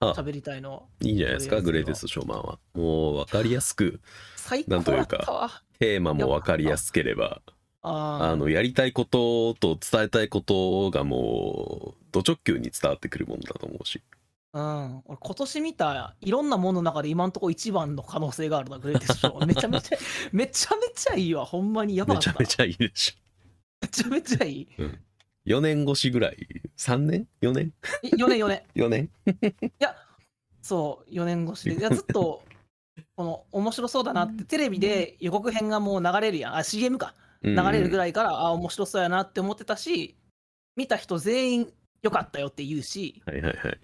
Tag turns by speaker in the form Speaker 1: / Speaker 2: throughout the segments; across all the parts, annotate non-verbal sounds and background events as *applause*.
Speaker 1: あ
Speaker 2: 喋りたいの。
Speaker 1: いいんじゃないですか、
Speaker 2: と
Speaker 1: グ
Speaker 2: りあ
Speaker 1: レ
Speaker 2: えず
Speaker 1: イテストショーマンは。もう分かりやすく、
Speaker 2: 最
Speaker 1: な
Speaker 2: 高
Speaker 1: んとい
Speaker 2: だ
Speaker 1: う
Speaker 2: っ
Speaker 1: か
Speaker 2: たわ。
Speaker 1: テーマも分かりやすければ、
Speaker 2: あ
Speaker 1: あの、やりたいことと伝えたいことがもう、ド直球に伝わってくるものだと思うし。
Speaker 2: あ、うん。俺今年見たいろんなものの中で今んとこ一番の可能性があるな、グレイテストショ
Speaker 1: *laughs*
Speaker 2: ー。めちゃめちゃ、めちゃめちゃいいわ。ほんまにやばか
Speaker 1: め
Speaker 2: っ
Speaker 1: ち
Speaker 2: た
Speaker 1: ゃ。めちゃいいでし
Speaker 2: めちゃめちゃいい。
Speaker 1: ょ。4年越しぐらい ?3 年 ?4 年
Speaker 2: 4年4年。
Speaker 1: ?4 年
Speaker 2: そう、4年越し
Speaker 1: *laughs*
Speaker 2: で。いや、ずっと、この、面白そうだなって、テレビで予告編がもう流れるやん。あ、CM か。流れるぐ
Speaker 1: い。
Speaker 2: らいから、あ、面白そうやなって思ってたし、見た人全員良かったよって言うし、
Speaker 1: はいはいはい。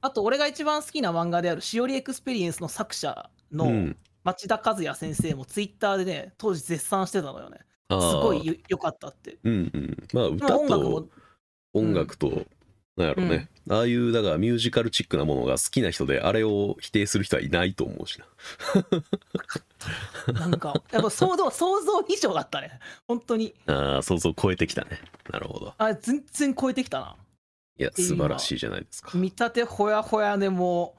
Speaker 2: あと、俺が一番好きな漫画である、しおりエクスペリエンスの作者
Speaker 1: う
Speaker 2: の
Speaker 1: ん
Speaker 2: 町田和也先生も、ツイッターでね、当時絶賛してたのよね。
Speaker 1: あー
Speaker 2: すごいよ良かったって。
Speaker 1: うんうん。まあ、
Speaker 2: でも
Speaker 1: 歌
Speaker 2: 音楽も
Speaker 1: と、音楽と、なんやろね。ああいう、だからミュージカルチックなものが好きな人で、あれを否定する人はいないと思うしな。
Speaker 2: なん
Speaker 1: *laughs*
Speaker 2: か、やっぱ想像、想像以上だったね。本当に。
Speaker 1: ああ、想像を超えてきたね。なるほど。
Speaker 2: あ、全然超えてきたな。
Speaker 1: いや、
Speaker 2: ていう
Speaker 1: 素晴らしいじゃないですか。
Speaker 2: 見立てほやほやでも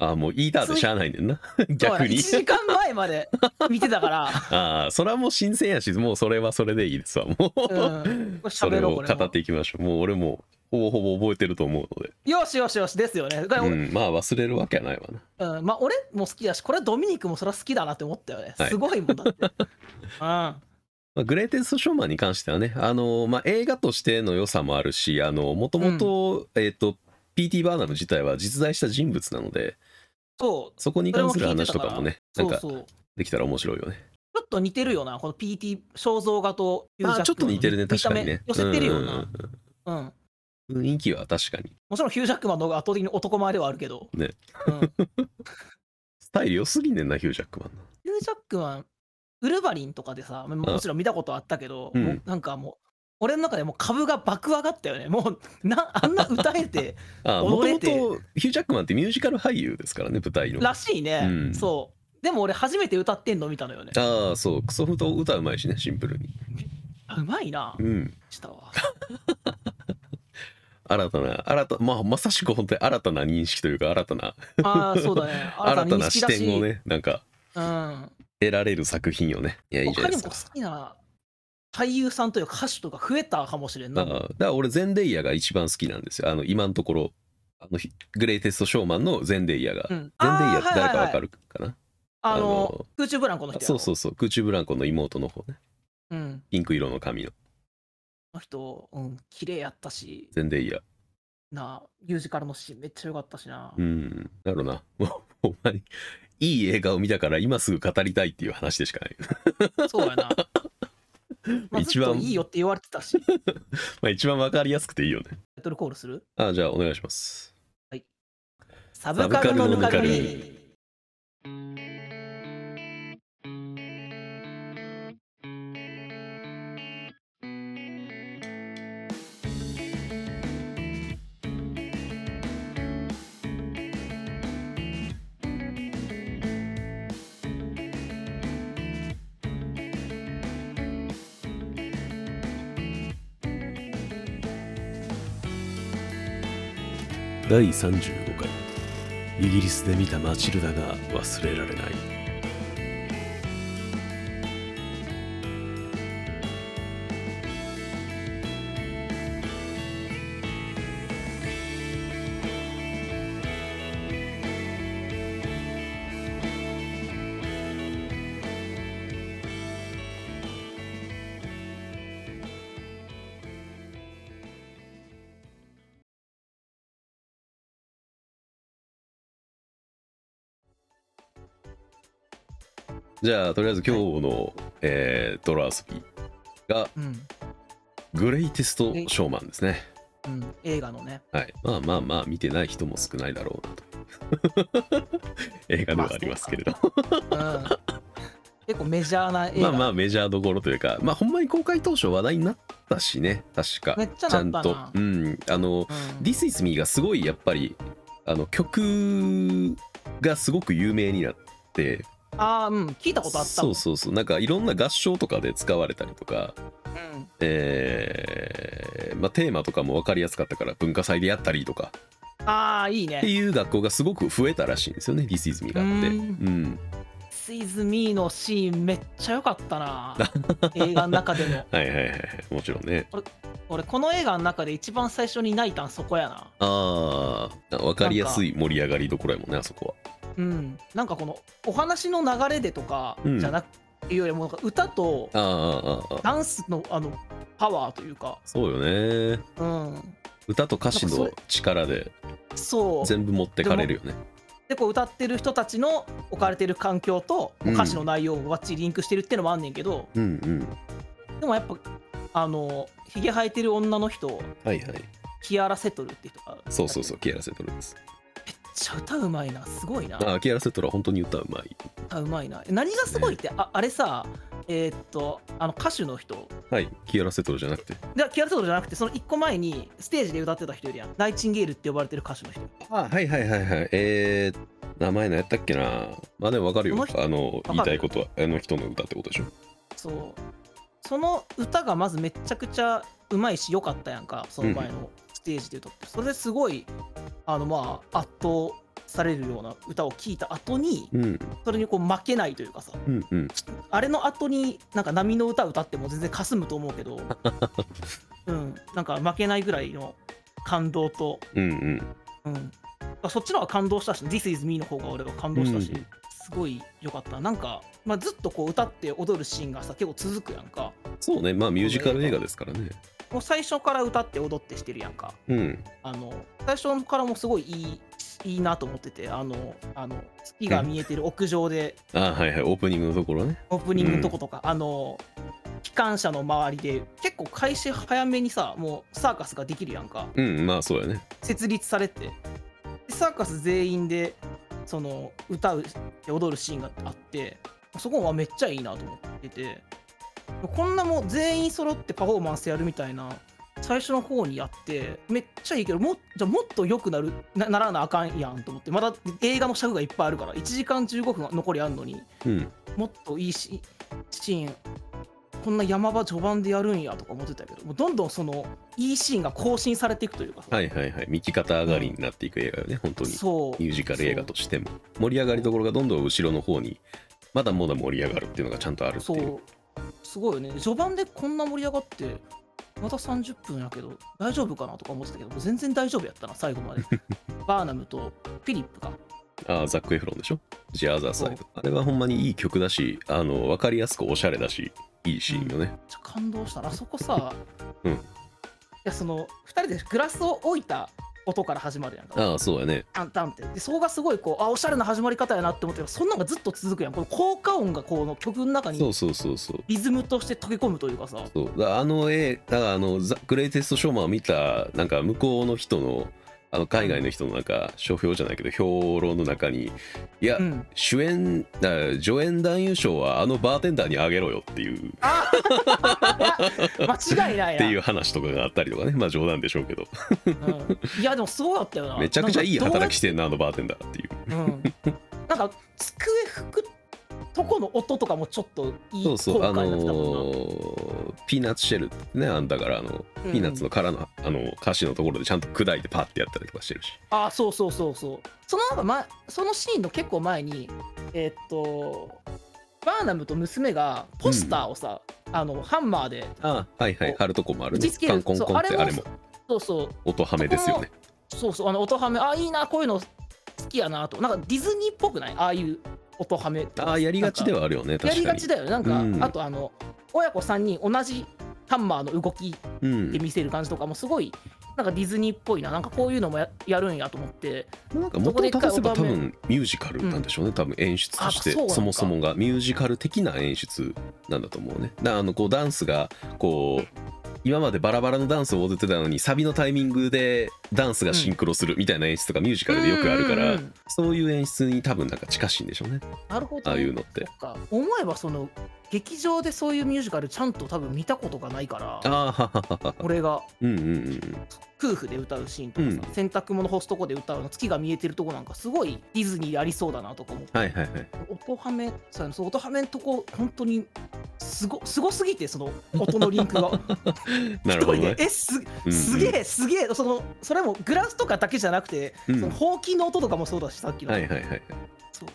Speaker 1: ああ、もう言いたでしゃあないねんな。
Speaker 2: うそうだ
Speaker 1: *laughs* 逆
Speaker 2: ね
Speaker 1: に
Speaker 2: 1。時間前まで見てたから、
Speaker 1: *laughs* ああ、それはもう新鮮やし、もうそれはそれでいいですわ。もう、
Speaker 2: うん、
Speaker 1: *laughs* そ
Speaker 2: 喋
Speaker 1: れ
Speaker 2: ろう
Speaker 1: を
Speaker 2: これ
Speaker 1: 語
Speaker 2: も
Speaker 1: っていきましょう。もう俺も、ほぼほぼ覚えてると思うので。
Speaker 2: よしよしよしですよねだから
Speaker 1: う、ん、まあ忘れるわけはないわな。
Speaker 2: うんまあ、俺も好きだしこれはドミニクもそれは好きだなって思ったよね
Speaker 1: はい
Speaker 2: すごいもんだって、
Speaker 1: *laughs* まあ、グレイテストショーマンに関してはね、あのまあ、映画としての良さもあるし、あのもともと、えっ、と、P.T. バーナム自体は実在した人物なので、
Speaker 2: うん、そう
Speaker 1: そこに関する話とかもね、
Speaker 2: そ
Speaker 1: なん
Speaker 2: う
Speaker 1: か
Speaker 2: そう
Speaker 1: できたら面白いよね。
Speaker 2: ちょっと似てるよなこの PT 肖像画とユージャックマン
Speaker 1: あ
Speaker 2: の
Speaker 1: ちょっと似てるね、
Speaker 2: 見
Speaker 1: 確
Speaker 2: た
Speaker 1: か
Speaker 2: 目
Speaker 1: にね。
Speaker 2: 寄せてるよな、
Speaker 1: うんうん
Speaker 2: うん
Speaker 1: うん雰囲気は確かに。
Speaker 2: もちろんヒュージャックマンの方が圧倒的に男前ではあるけど、
Speaker 1: ね
Speaker 2: うん、ヒュー
Speaker 1: スタイル良すぎんねんな、ヒュージャックマンの。
Speaker 2: ジャックマンウルヴァリンとかでさまあもちろん見たことあったけど、
Speaker 1: うん
Speaker 2: もうなんかもう俺の中でもう株が爆上がったよねもうなあんな歌え
Speaker 1: *laughs*
Speaker 2: て
Speaker 1: あも
Speaker 2: 踊
Speaker 1: とも
Speaker 2: れて
Speaker 1: とヒュージャックマンってミュージカル俳優ですからね舞台のあ
Speaker 2: らしいね、
Speaker 1: うん
Speaker 2: そうでも俺初めて歌ってんの見たのよね
Speaker 1: あそうクソフト歌うまいしねシンプルに
Speaker 2: あうまいな
Speaker 1: うん
Speaker 2: したわ
Speaker 1: 新たな新たまあまさしく本当に新たな認識というか新たな
Speaker 2: ああそうだ
Speaker 1: *laughs*
Speaker 2: ね
Speaker 1: 新たな
Speaker 2: 認識
Speaker 1: 視
Speaker 2: だし
Speaker 1: 点をねなんか
Speaker 2: うん
Speaker 1: 得られる作品をねいやいいじゃ
Speaker 2: 他
Speaker 1: ない
Speaker 2: に
Speaker 1: で
Speaker 2: も
Speaker 1: す
Speaker 2: 好
Speaker 1: か
Speaker 2: きな俳優さんというか歌手とか増えたかもしれん
Speaker 1: あ
Speaker 2: な
Speaker 1: あだから俺ゼンデイヤが一番好きなんですよあの今のところあのひグレイテストショーマンのゼンデイヤが、
Speaker 2: うん
Speaker 1: ゼンデイヤって誰か
Speaker 2: あーはいはいはい
Speaker 1: わかるかな、
Speaker 2: あ
Speaker 1: あ
Speaker 2: の
Speaker 1: の
Speaker 2: 空中ブランコの人やろ
Speaker 1: そうそうそう空中ブランコの妹の方ね
Speaker 2: うん
Speaker 1: ピンク色の髪の
Speaker 2: あの人うん綺麗やったし
Speaker 1: ゼンデイヤ
Speaker 2: なミュージカルのシーンめっちゃ良かったしな、
Speaker 1: うん、だろうな。 *laughs* もうほんまに、いい映画を見たから今すぐ語りたいっていう話でしかない。 *laughs*
Speaker 2: そうやなまあず
Speaker 1: 一
Speaker 2: っ
Speaker 1: 番
Speaker 2: といいよって言われてたしタ
Speaker 1: まあ一番わかりやすくていいよね。
Speaker 2: イトルコールする
Speaker 1: あじゃあお願いします。
Speaker 2: サブカルのぬか
Speaker 1: サブカルのぬ
Speaker 2: り
Speaker 1: 第35回、イギリスで見たマチルダが忘れられない。じゃあとりあえず今日の、えードラ遊びが
Speaker 2: うん、
Speaker 1: グレイテストショーマンですね。
Speaker 2: うん、映画のね
Speaker 1: はい。まあまあまあ見てない人も少ないだろうなと。 *laughs* 映画ではありますけれど。
Speaker 2: うん結構メジャーな映
Speaker 1: ま
Speaker 2: 画、
Speaker 1: あまあメジャーどころというか、まあほんまに公開当初話題になったしね、確か。
Speaker 2: めっちゃなったな
Speaker 1: ちゃんと。うん。あの、
Speaker 2: うん
Speaker 1: This is me がすごいやっぱりあの曲がすごく有名になって
Speaker 2: ああうん聞いたことあった
Speaker 1: そうそうそうなんかいろんな合唱とかで使われたりとか、
Speaker 2: うん
Speaker 1: えーまあ、テーマとかも分かりやすかったから文化祭でやったりとか
Speaker 2: ああ、いいね
Speaker 1: て。いう学校がすごく増えたらしいんですよね This is me があって
Speaker 2: う
Speaker 1: うんん
Speaker 2: This is me のシーンめっちゃ良かったな。映画の中でも。
Speaker 1: はいはいはいもちろんね
Speaker 2: 俺、この映画の中で一番最初に泣いたんそこやな。
Speaker 1: ああ分かりやすい盛り上がりどころやもんねあそこは
Speaker 2: うん。なんかこの、お話の流れでとかじゃなく、ていうよりも、歌と
Speaker 1: あーあーあーあー
Speaker 2: ダンスの、あの、パワーというか、
Speaker 1: そうよね
Speaker 2: うん。
Speaker 1: 歌と歌詞
Speaker 2: なん
Speaker 1: の
Speaker 2: か
Speaker 1: 力で
Speaker 2: そう。
Speaker 1: 全部持ってかれるよね
Speaker 2: でこう歌ってる人たちの置かれてる環境と
Speaker 1: うん
Speaker 2: 歌詞の内容もバッチリリンクしてるってのもあんねんけど、
Speaker 1: うんうん
Speaker 2: でもやっぱあのひげ生えてる女の人
Speaker 1: はいはい
Speaker 2: キアラ・セトルって人が
Speaker 1: そうそうそううキアラ・セトルです
Speaker 2: めっちゃ歌うまいなすごいな
Speaker 1: あーキアラ・セトルは本当に歌うまい
Speaker 2: 歌うまいな何がすごいってああれさえーっとあの歌手の人
Speaker 1: はいキアラ・セトルじゃなくて
Speaker 2: でキアラ・セトルじゃなくてその1個前にステージで歌ってた人いるやんナイチンゲールって呼ばれてる歌手の人
Speaker 1: あはいはいはいはいえー、名前何やったっけなまあでも分かる
Speaker 2: こ
Speaker 1: よ
Speaker 2: の人
Speaker 1: あの
Speaker 2: かる
Speaker 1: 言いたいことはあの人の歌ってことでしょ
Speaker 2: そうその歌がまずめっちゃくちゃうまいし良かったやんかその前のステージで歌って、それですごいあのまあ圧倒されるような歌を聴いた後に
Speaker 1: うん
Speaker 2: それにこう負けないというかさ
Speaker 1: うんうん
Speaker 2: あれの後になんか波の歌歌っても全然かすむと思うけ
Speaker 1: *laughs*
Speaker 2: どうんなんか負けないぐらいの感動と、
Speaker 1: うんうん
Speaker 2: うん、そっちの方が感動したし「This is me」の方が俺は感動したし、
Speaker 1: うん
Speaker 2: すごい良かったなんか、まあ、ずっとこう歌って踊るシーンがさ結構続くやんか
Speaker 1: そうねまあミュージカル映画ですからね
Speaker 2: もう最初から歌って踊ってしてるやんか。
Speaker 1: うん
Speaker 2: あの最初からもすごいいいいいなと思ってて、あの、あの月が見えてる屋上で、
Speaker 1: あーはいはいオープニングのところね
Speaker 2: オープニングのとことか、あの、機関車の周りで、結構開始早めにさ、もうサーカスができるやんか、
Speaker 1: うんまあそうやね
Speaker 2: 設立されて、でサーカス全員で、その、歌う、踊るシーンがあって、そこはめっちゃいいなと思ってて、こんなもう全員揃ってパフォーマンスやるみたいな、最初の方にやって、めっちゃいいけど、もじゃあもっと良くなるなならなあかんやんと思って、まだ映画の尺がいっぱいあるから、1時間15分残りあるのに、
Speaker 1: うん
Speaker 2: もっといいしシーンこんな山場序盤でやるんやとか思ってたけどもうどんどんそのいいシーンが更新されていくというか、
Speaker 1: はいはいはい右肩上がりになっていく映画よね本当に
Speaker 2: そう
Speaker 1: ミュージカル映画としても盛り上がりどころがどんどん後ろの方にまだまだ盛り上がるっていうのがちゃんとあるって
Speaker 2: そう
Speaker 1: い
Speaker 2: そううすごいよね序盤でこんな盛り上がってまた30分やけど大丈夫かなとか思ってたけどもう全然大丈夫やったな最後ま
Speaker 1: *laughs*
Speaker 2: でバーナムとフィリップが
Speaker 1: あーザック・エフロンでしょジア・ザー・サイ
Speaker 2: そ
Speaker 1: ドあれはほんまにいい曲だしあの分かりやすくおしゃれだしいいシーンよね、
Speaker 2: めっちゃ感動したなあそこさ、
Speaker 1: うん
Speaker 2: いやその2人でグラスを置いた音から始まるやんか
Speaker 1: ああそうやね
Speaker 2: タンタンってでそこがすごいこうあおしゃれな始まり方やなって思ってそんなのがずっと続くやんこの効果音がこの曲の中
Speaker 1: そ
Speaker 2: に
Speaker 1: うそうそうそう
Speaker 2: リズムとして溶け込むというかさ
Speaker 1: そうだあの絵だからあのザ・グレイテスト・ショーマンを見たなんか向こうの人のあの海外の人のなんか書評じゃないけど評論の中にいや、
Speaker 2: うん
Speaker 1: 主演だ助演男優賞はあのバーテンダーにあげろよっていう
Speaker 2: あ間違いない
Speaker 1: っ
Speaker 2: な
Speaker 1: ていう話とかがあったりとかねまあ冗談でしょうけど
Speaker 2: うんいやでもすごかったよな
Speaker 1: めちゃくちゃいい働き
Speaker 2: き
Speaker 1: してんなあのバーテンダーっていう
Speaker 2: うん、なんか机拭くとこの音とかもちょっといい
Speaker 1: そ
Speaker 2: 効
Speaker 1: うそう
Speaker 2: 果
Speaker 1: あ
Speaker 2: になってたもんな
Speaker 1: のーピーナッツシェルってねあんだからあの、
Speaker 2: うん
Speaker 1: ピーナッツの殻のあの歌詞のところでちゃんと砕いてパッてやったりとかしてるし
Speaker 2: ああそうそうそうそうそのなんか前そのシーンの結構前にえーっとバーナムと娘がポスターをさ、あのハンマーで
Speaker 1: あはいはい
Speaker 2: こう
Speaker 1: 貼るとこもある
Speaker 2: 打
Speaker 1: ね
Speaker 2: ちつける
Speaker 1: カンコンコンって
Speaker 2: そう
Speaker 1: あれも
Speaker 2: そうそう
Speaker 1: 音はめですよね
Speaker 2: そうそうあの音はめあいいなこういうの好きやなとなんかディズニーっぽくないああいう音はめ
Speaker 1: ああやりがちで
Speaker 2: は
Speaker 1: はあるよね
Speaker 2: やり
Speaker 1: 確か
Speaker 2: が
Speaker 1: に
Speaker 2: ちだよねなんか、
Speaker 1: うん
Speaker 2: あとあの親子3人同じハンマーの動き
Speaker 1: う
Speaker 2: で
Speaker 1: ん
Speaker 2: 見せる感じとかもすごいなんかディズニーっぽいななんかこういうのもややるんやと思って
Speaker 1: なんか
Speaker 2: そこ
Speaker 1: 元を
Speaker 2: で一回
Speaker 1: 正せば多
Speaker 2: 音はめ
Speaker 1: 分ミュージカルなんでしょうね多分演出とし
Speaker 2: あそうな
Speaker 1: て
Speaker 2: のか
Speaker 1: そもそもがミュージカル的な演出なんだと思うねだあのこうダンスがこう今までバラバラのダンスを踊ってたのにサビのタイミングでダンスがシンクロするみたいな演出とかミュージカルでよくあるか
Speaker 2: う
Speaker 1: ら
Speaker 2: んうんうん
Speaker 1: そういう演出に多分なんか近しいんでしょうね
Speaker 2: なるほど
Speaker 1: ああいうのって
Speaker 2: そっか思えばその劇場でそういうミュージカルちゃんと多分見たことがないから
Speaker 1: ああ
Speaker 2: 俺が
Speaker 1: うんうんうん
Speaker 2: 夫婦で歌うシーンとかさ、
Speaker 1: う
Speaker 2: 洗濯物干すとこで歌うの月が見えてるとこなんかすごいディズニーありそうだなとか思って
Speaker 1: はいはいはい
Speaker 2: 音ハメそうやなそう音ハメんとこ本当にすごすごすぎてそ
Speaker 1: *laughs*
Speaker 2: の音のリンクが
Speaker 1: なるほど
Speaker 2: 一人 *laughs*
Speaker 1: ね
Speaker 2: でえす
Speaker 1: うんうん
Speaker 2: すげえすげえそのそれもグラスとかだけじゃなくて、
Speaker 1: うん
Speaker 2: そのほうきの音とかもそうだしさっきの、
Speaker 1: はいはいはい
Speaker 2: そう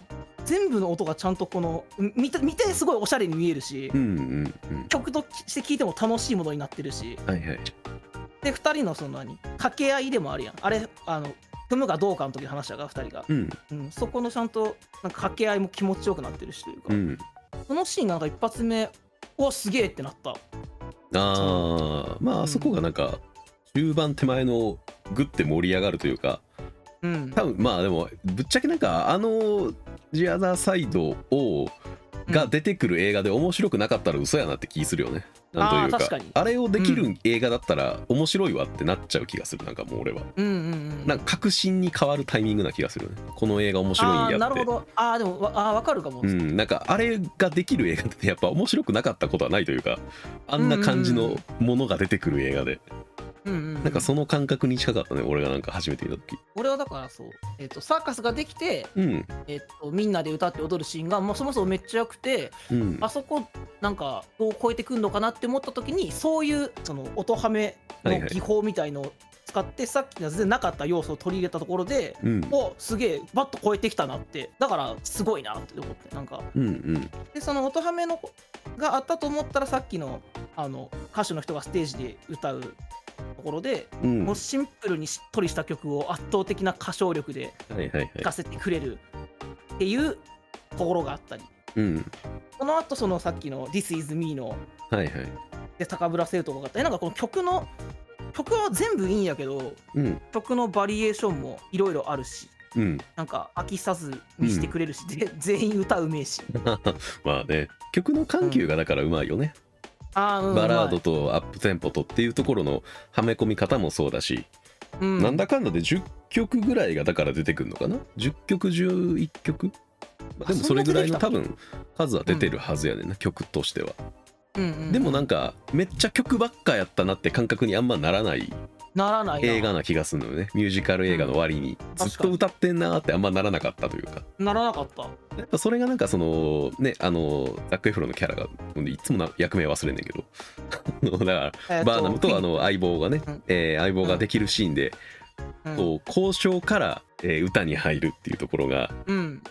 Speaker 2: 全部の音がちゃんとこのみ見て見てすごいおしゃれに見えるし、
Speaker 1: うんうんうん
Speaker 2: 曲として聴いても楽しいものになってるし
Speaker 1: はいはい
Speaker 2: で2人のその何掛け合いでもあるやんあれあの踏むかどうかの時の話だが2人が、
Speaker 1: うん
Speaker 2: うん、そこのちゃんとなんか掛け合いも気持ちよくなってるしというか、
Speaker 1: うん
Speaker 2: そのシーンなんか一発目おすげえってなった
Speaker 1: ああまああそこがなんか中盤手前のグッて盛り上がるというか
Speaker 2: うん
Speaker 1: 多分まあでもぶっちゃけなんかあのジアザーサイドをが出てくる映画で面白くなかったら嘘やなって気するよね。なんと
Speaker 2: あー
Speaker 1: いう
Speaker 2: 確
Speaker 1: か
Speaker 2: かに
Speaker 1: あれをできる映画だったら面白いわってなっちゃう気がするなんかもう俺は
Speaker 2: うんうんうん
Speaker 1: なんか確信に変わるタイミングな気がするねこの映画面白いん
Speaker 2: あー
Speaker 1: や
Speaker 2: な
Speaker 1: っ
Speaker 2: る
Speaker 1: て
Speaker 2: ほどああでもわあーわかるかも、
Speaker 1: うん、なんかあれができる映画ってやっぱ面白くなかったことはないというかあんな感じのものが出てくる映画で、
Speaker 2: うんうんうん
Speaker 1: なんかその感覚に近かったね俺がなんか初めて見た時
Speaker 2: 俺はだからそう、えっとサーカスができて、
Speaker 1: うん
Speaker 2: えっとみんなで歌って踊るシーンが、まあ、そもそもめっちゃ良くて
Speaker 1: うん
Speaker 2: あそこなんかどう超えてくんのかなって思った時にそういうその音ハメ
Speaker 1: はい
Speaker 2: の
Speaker 1: はい
Speaker 2: 技法みたいのを使って、さっきの全然なかった要素を取り入れたところで
Speaker 1: うん
Speaker 2: おすげえバッと超えてきたなってだからすごいなって思ってなんか
Speaker 1: うんうん
Speaker 2: でその音ハメのがあったと思ったらさっきのあの歌手の人がステージで歌うところで、
Speaker 1: うん
Speaker 2: もう
Speaker 1: は
Speaker 2: シンプルにしっとりした曲を圧倒的な歌唱力で
Speaker 1: いはいはい
Speaker 2: 聴かせてくれるっていうところがあったり
Speaker 1: うん
Speaker 2: このあとそのさっきの「This is me の」
Speaker 1: はいはい
Speaker 2: で高ぶらせるところがあったりなんかこの曲の曲は全部いいんやけど
Speaker 1: うん
Speaker 2: 曲のバリエーションもいろいろあるし
Speaker 1: うん *laughs*
Speaker 2: なんか飽きさずにしてくれるし、で *laughs* 全員歌うめえし
Speaker 1: まあね曲の緩急がだからうまいよね、
Speaker 2: あー、うん、
Speaker 1: バラードとアップテンポとっていうところのはめ込み方もそうだし、
Speaker 2: うまい、う
Speaker 1: なんだかんだで10曲ぐらいがだから出てくるのかな10曲11曲まあでもそれぐらいの
Speaker 2: そ
Speaker 1: 多
Speaker 2: んな出
Speaker 1: 分数は出てるはずやねんな、曲としては、
Speaker 2: うんうん
Speaker 1: でもなんかめっちゃ曲ばっかやったなって感覚にあんまならない
Speaker 2: ならないな
Speaker 1: 映画な気がするのよねミュージカル映画の割に
Speaker 2: ん
Speaker 1: ずっと歌ってんなーってあんまならなかったというか
Speaker 2: ならなかった
Speaker 1: やっぱそれがなんかそのねあのザック・エフロンのキャラがいつもな役名忘れんねんけど *laughs* あのだから
Speaker 2: えー
Speaker 1: バーナム
Speaker 2: クイー
Speaker 1: と
Speaker 2: ン
Speaker 1: あの相棒がね、
Speaker 2: うん
Speaker 1: えー相棒ができるシーンで、こう交渉から、えー歌に入るっていうところが
Speaker 2: うん、うん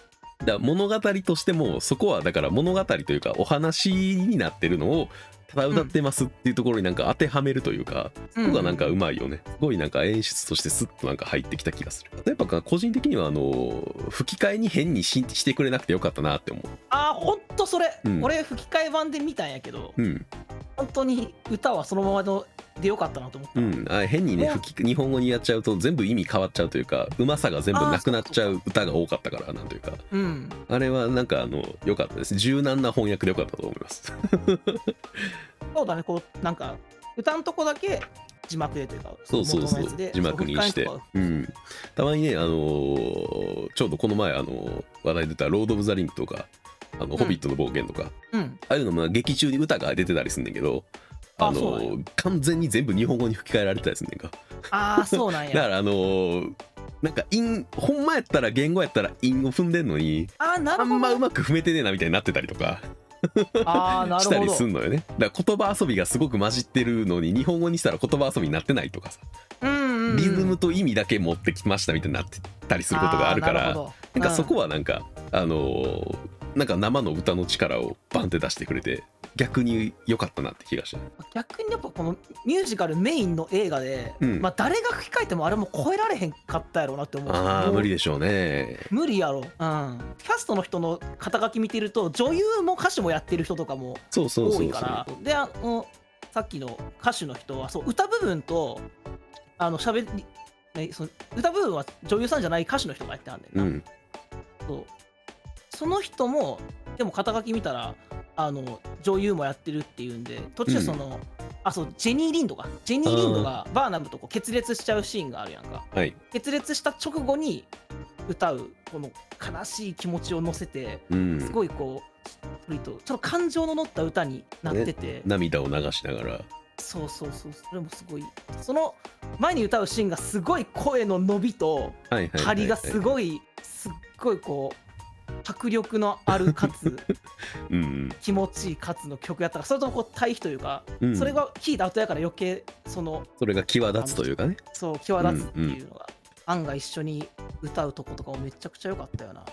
Speaker 1: だから物語としてもそこはだから物語というかお話になってるのをただ歌ってますっていうところになんか当てはめるというか、そこがなんかうまいよねすごいなんか演出としてスッとなんか入ってきた気がするやっぱ個人的にはあの吹き替えに変にししてくれなくてよかったなって思
Speaker 2: ああほんとそれ、
Speaker 1: うん
Speaker 2: 俺吹き替え版で見たんやけど、
Speaker 1: ううん
Speaker 2: 本当に歌はそのままのでよかったなと思った、
Speaker 1: うんあ変にね
Speaker 2: ね
Speaker 1: 吹き日本語にやっちゃうと全部意味変わっちゃうというかうまさが全部なくなっちゃう歌が多かったからなんというか
Speaker 2: うん、
Speaker 1: あれはなんかあの良かったです柔軟な翻訳で良かったと思います。
Speaker 2: そうだねこうなんか歌のとこだけ字幕でというか
Speaker 1: そうそう
Speaker 2: 元
Speaker 1: そ
Speaker 2: の
Speaker 1: う
Speaker 2: やつで
Speaker 1: 字幕にして
Speaker 2: そう吹き替えのとこは、
Speaker 1: うん、たまにねあのーちょうどこの前あのー話題に出た「ロード・オブ・ザ・リング」とか「あの
Speaker 2: ん
Speaker 1: ホビットの冒険」とか、あ
Speaker 2: うん
Speaker 1: あいうのも劇中に歌が出てたりすんねんけど。
Speaker 2: あ
Speaker 1: あの
Speaker 2: そうなん
Speaker 1: ー完全に全部日本語に吹き替えられてたりすんねんか
Speaker 2: ああそうなん
Speaker 1: *laughs* だか
Speaker 2: や
Speaker 1: らあのーなんか韻ほんまやったら言語やったら韻を踏んでんのに
Speaker 2: あーな
Speaker 1: あ
Speaker 2: るほど
Speaker 1: んまうまく踏めてねえなみたいになってたりとか
Speaker 2: ああな
Speaker 1: し
Speaker 2: る
Speaker 1: た
Speaker 2: ほ
Speaker 1: りす
Speaker 2: ど
Speaker 1: んのよねだから言葉遊びがすごく混じってるのに日本語にしたら言葉遊びになってないとかさ
Speaker 2: うんうんうん
Speaker 1: リズムと意味だけ持ってきましたみたいになってたりすることがあるから
Speaker 2: あー
Speaker 1: な
Speaker 2: るほど
Speaker 1: んかそこはなんか、あのーなんか生の歌の力をバンって出してくれて逆に良かったなって気がした
Speaker 2: うん逆にやっぱこのミュージカルメインの映画で、
Speaker 1: うん
Speaker 2: まあ誰が吹き替えてもあれも超えられへんかったやろうなって思う
Speaker 1: あー無理
Speaker 2: で
Speaker 1: でしょうね
Speaker 2: 無理やろ、うん、キャストの人の肩書き見てると女優も歌手もやってる人とかも
Speaker 1: そうそう
Speaker 2: 多
Speaker 1: そ
Speaker 2: いうか
Speaker 1: そ
Speaker 2: ら
Speaker 1: う
Speaker 2: であのさっきの歌手の人はそう歌部分とあのしゃべり、ね、その歌部分は女優さんじゃない歌手の人がやってはんねん
Speaker 1: う
Speaker 2: な、
Speaker 1: ん
Speaker 2: そうその人もでも肩書き見たらあの女優もやってるっていうんで途中その、あそうジェニー・リンドがジェニー・リンドがバーナムとこう決裂しちゃうシーンがあるやんか
Speaker 1: はい
Speaker 2: 決裂した直後に歌うこの悲しい気持ちを乗せて
Speaker 1: うん
Speaker 2: すごいこうプリとちょっと感情の乗った歌になってて、
Speaker 1: 涙を流しながら
Speaker 2: そうそうそうそれもすごいその前に歌うシーンがすごい声の伸びと
Speaker 1: はいはいはい
Speaker 2: 張りがす
Speaker 1: い、
Speaker 2: ごいすっごいこう迫力のあるかつ
Speaker 1: うん
Speaker 2: 気持ちいいかつの曲やったからそれともこう対比というか、
Speaker 1: うんうん、
Speaker 2: それが聴いた後やから余計その
Speaker 1: それが際立つというかね
Speaker 2: そう際立つっていうのが、案外一緒に歌うとことかもめちゃくちゃ良かったよな
Speaker 1: あ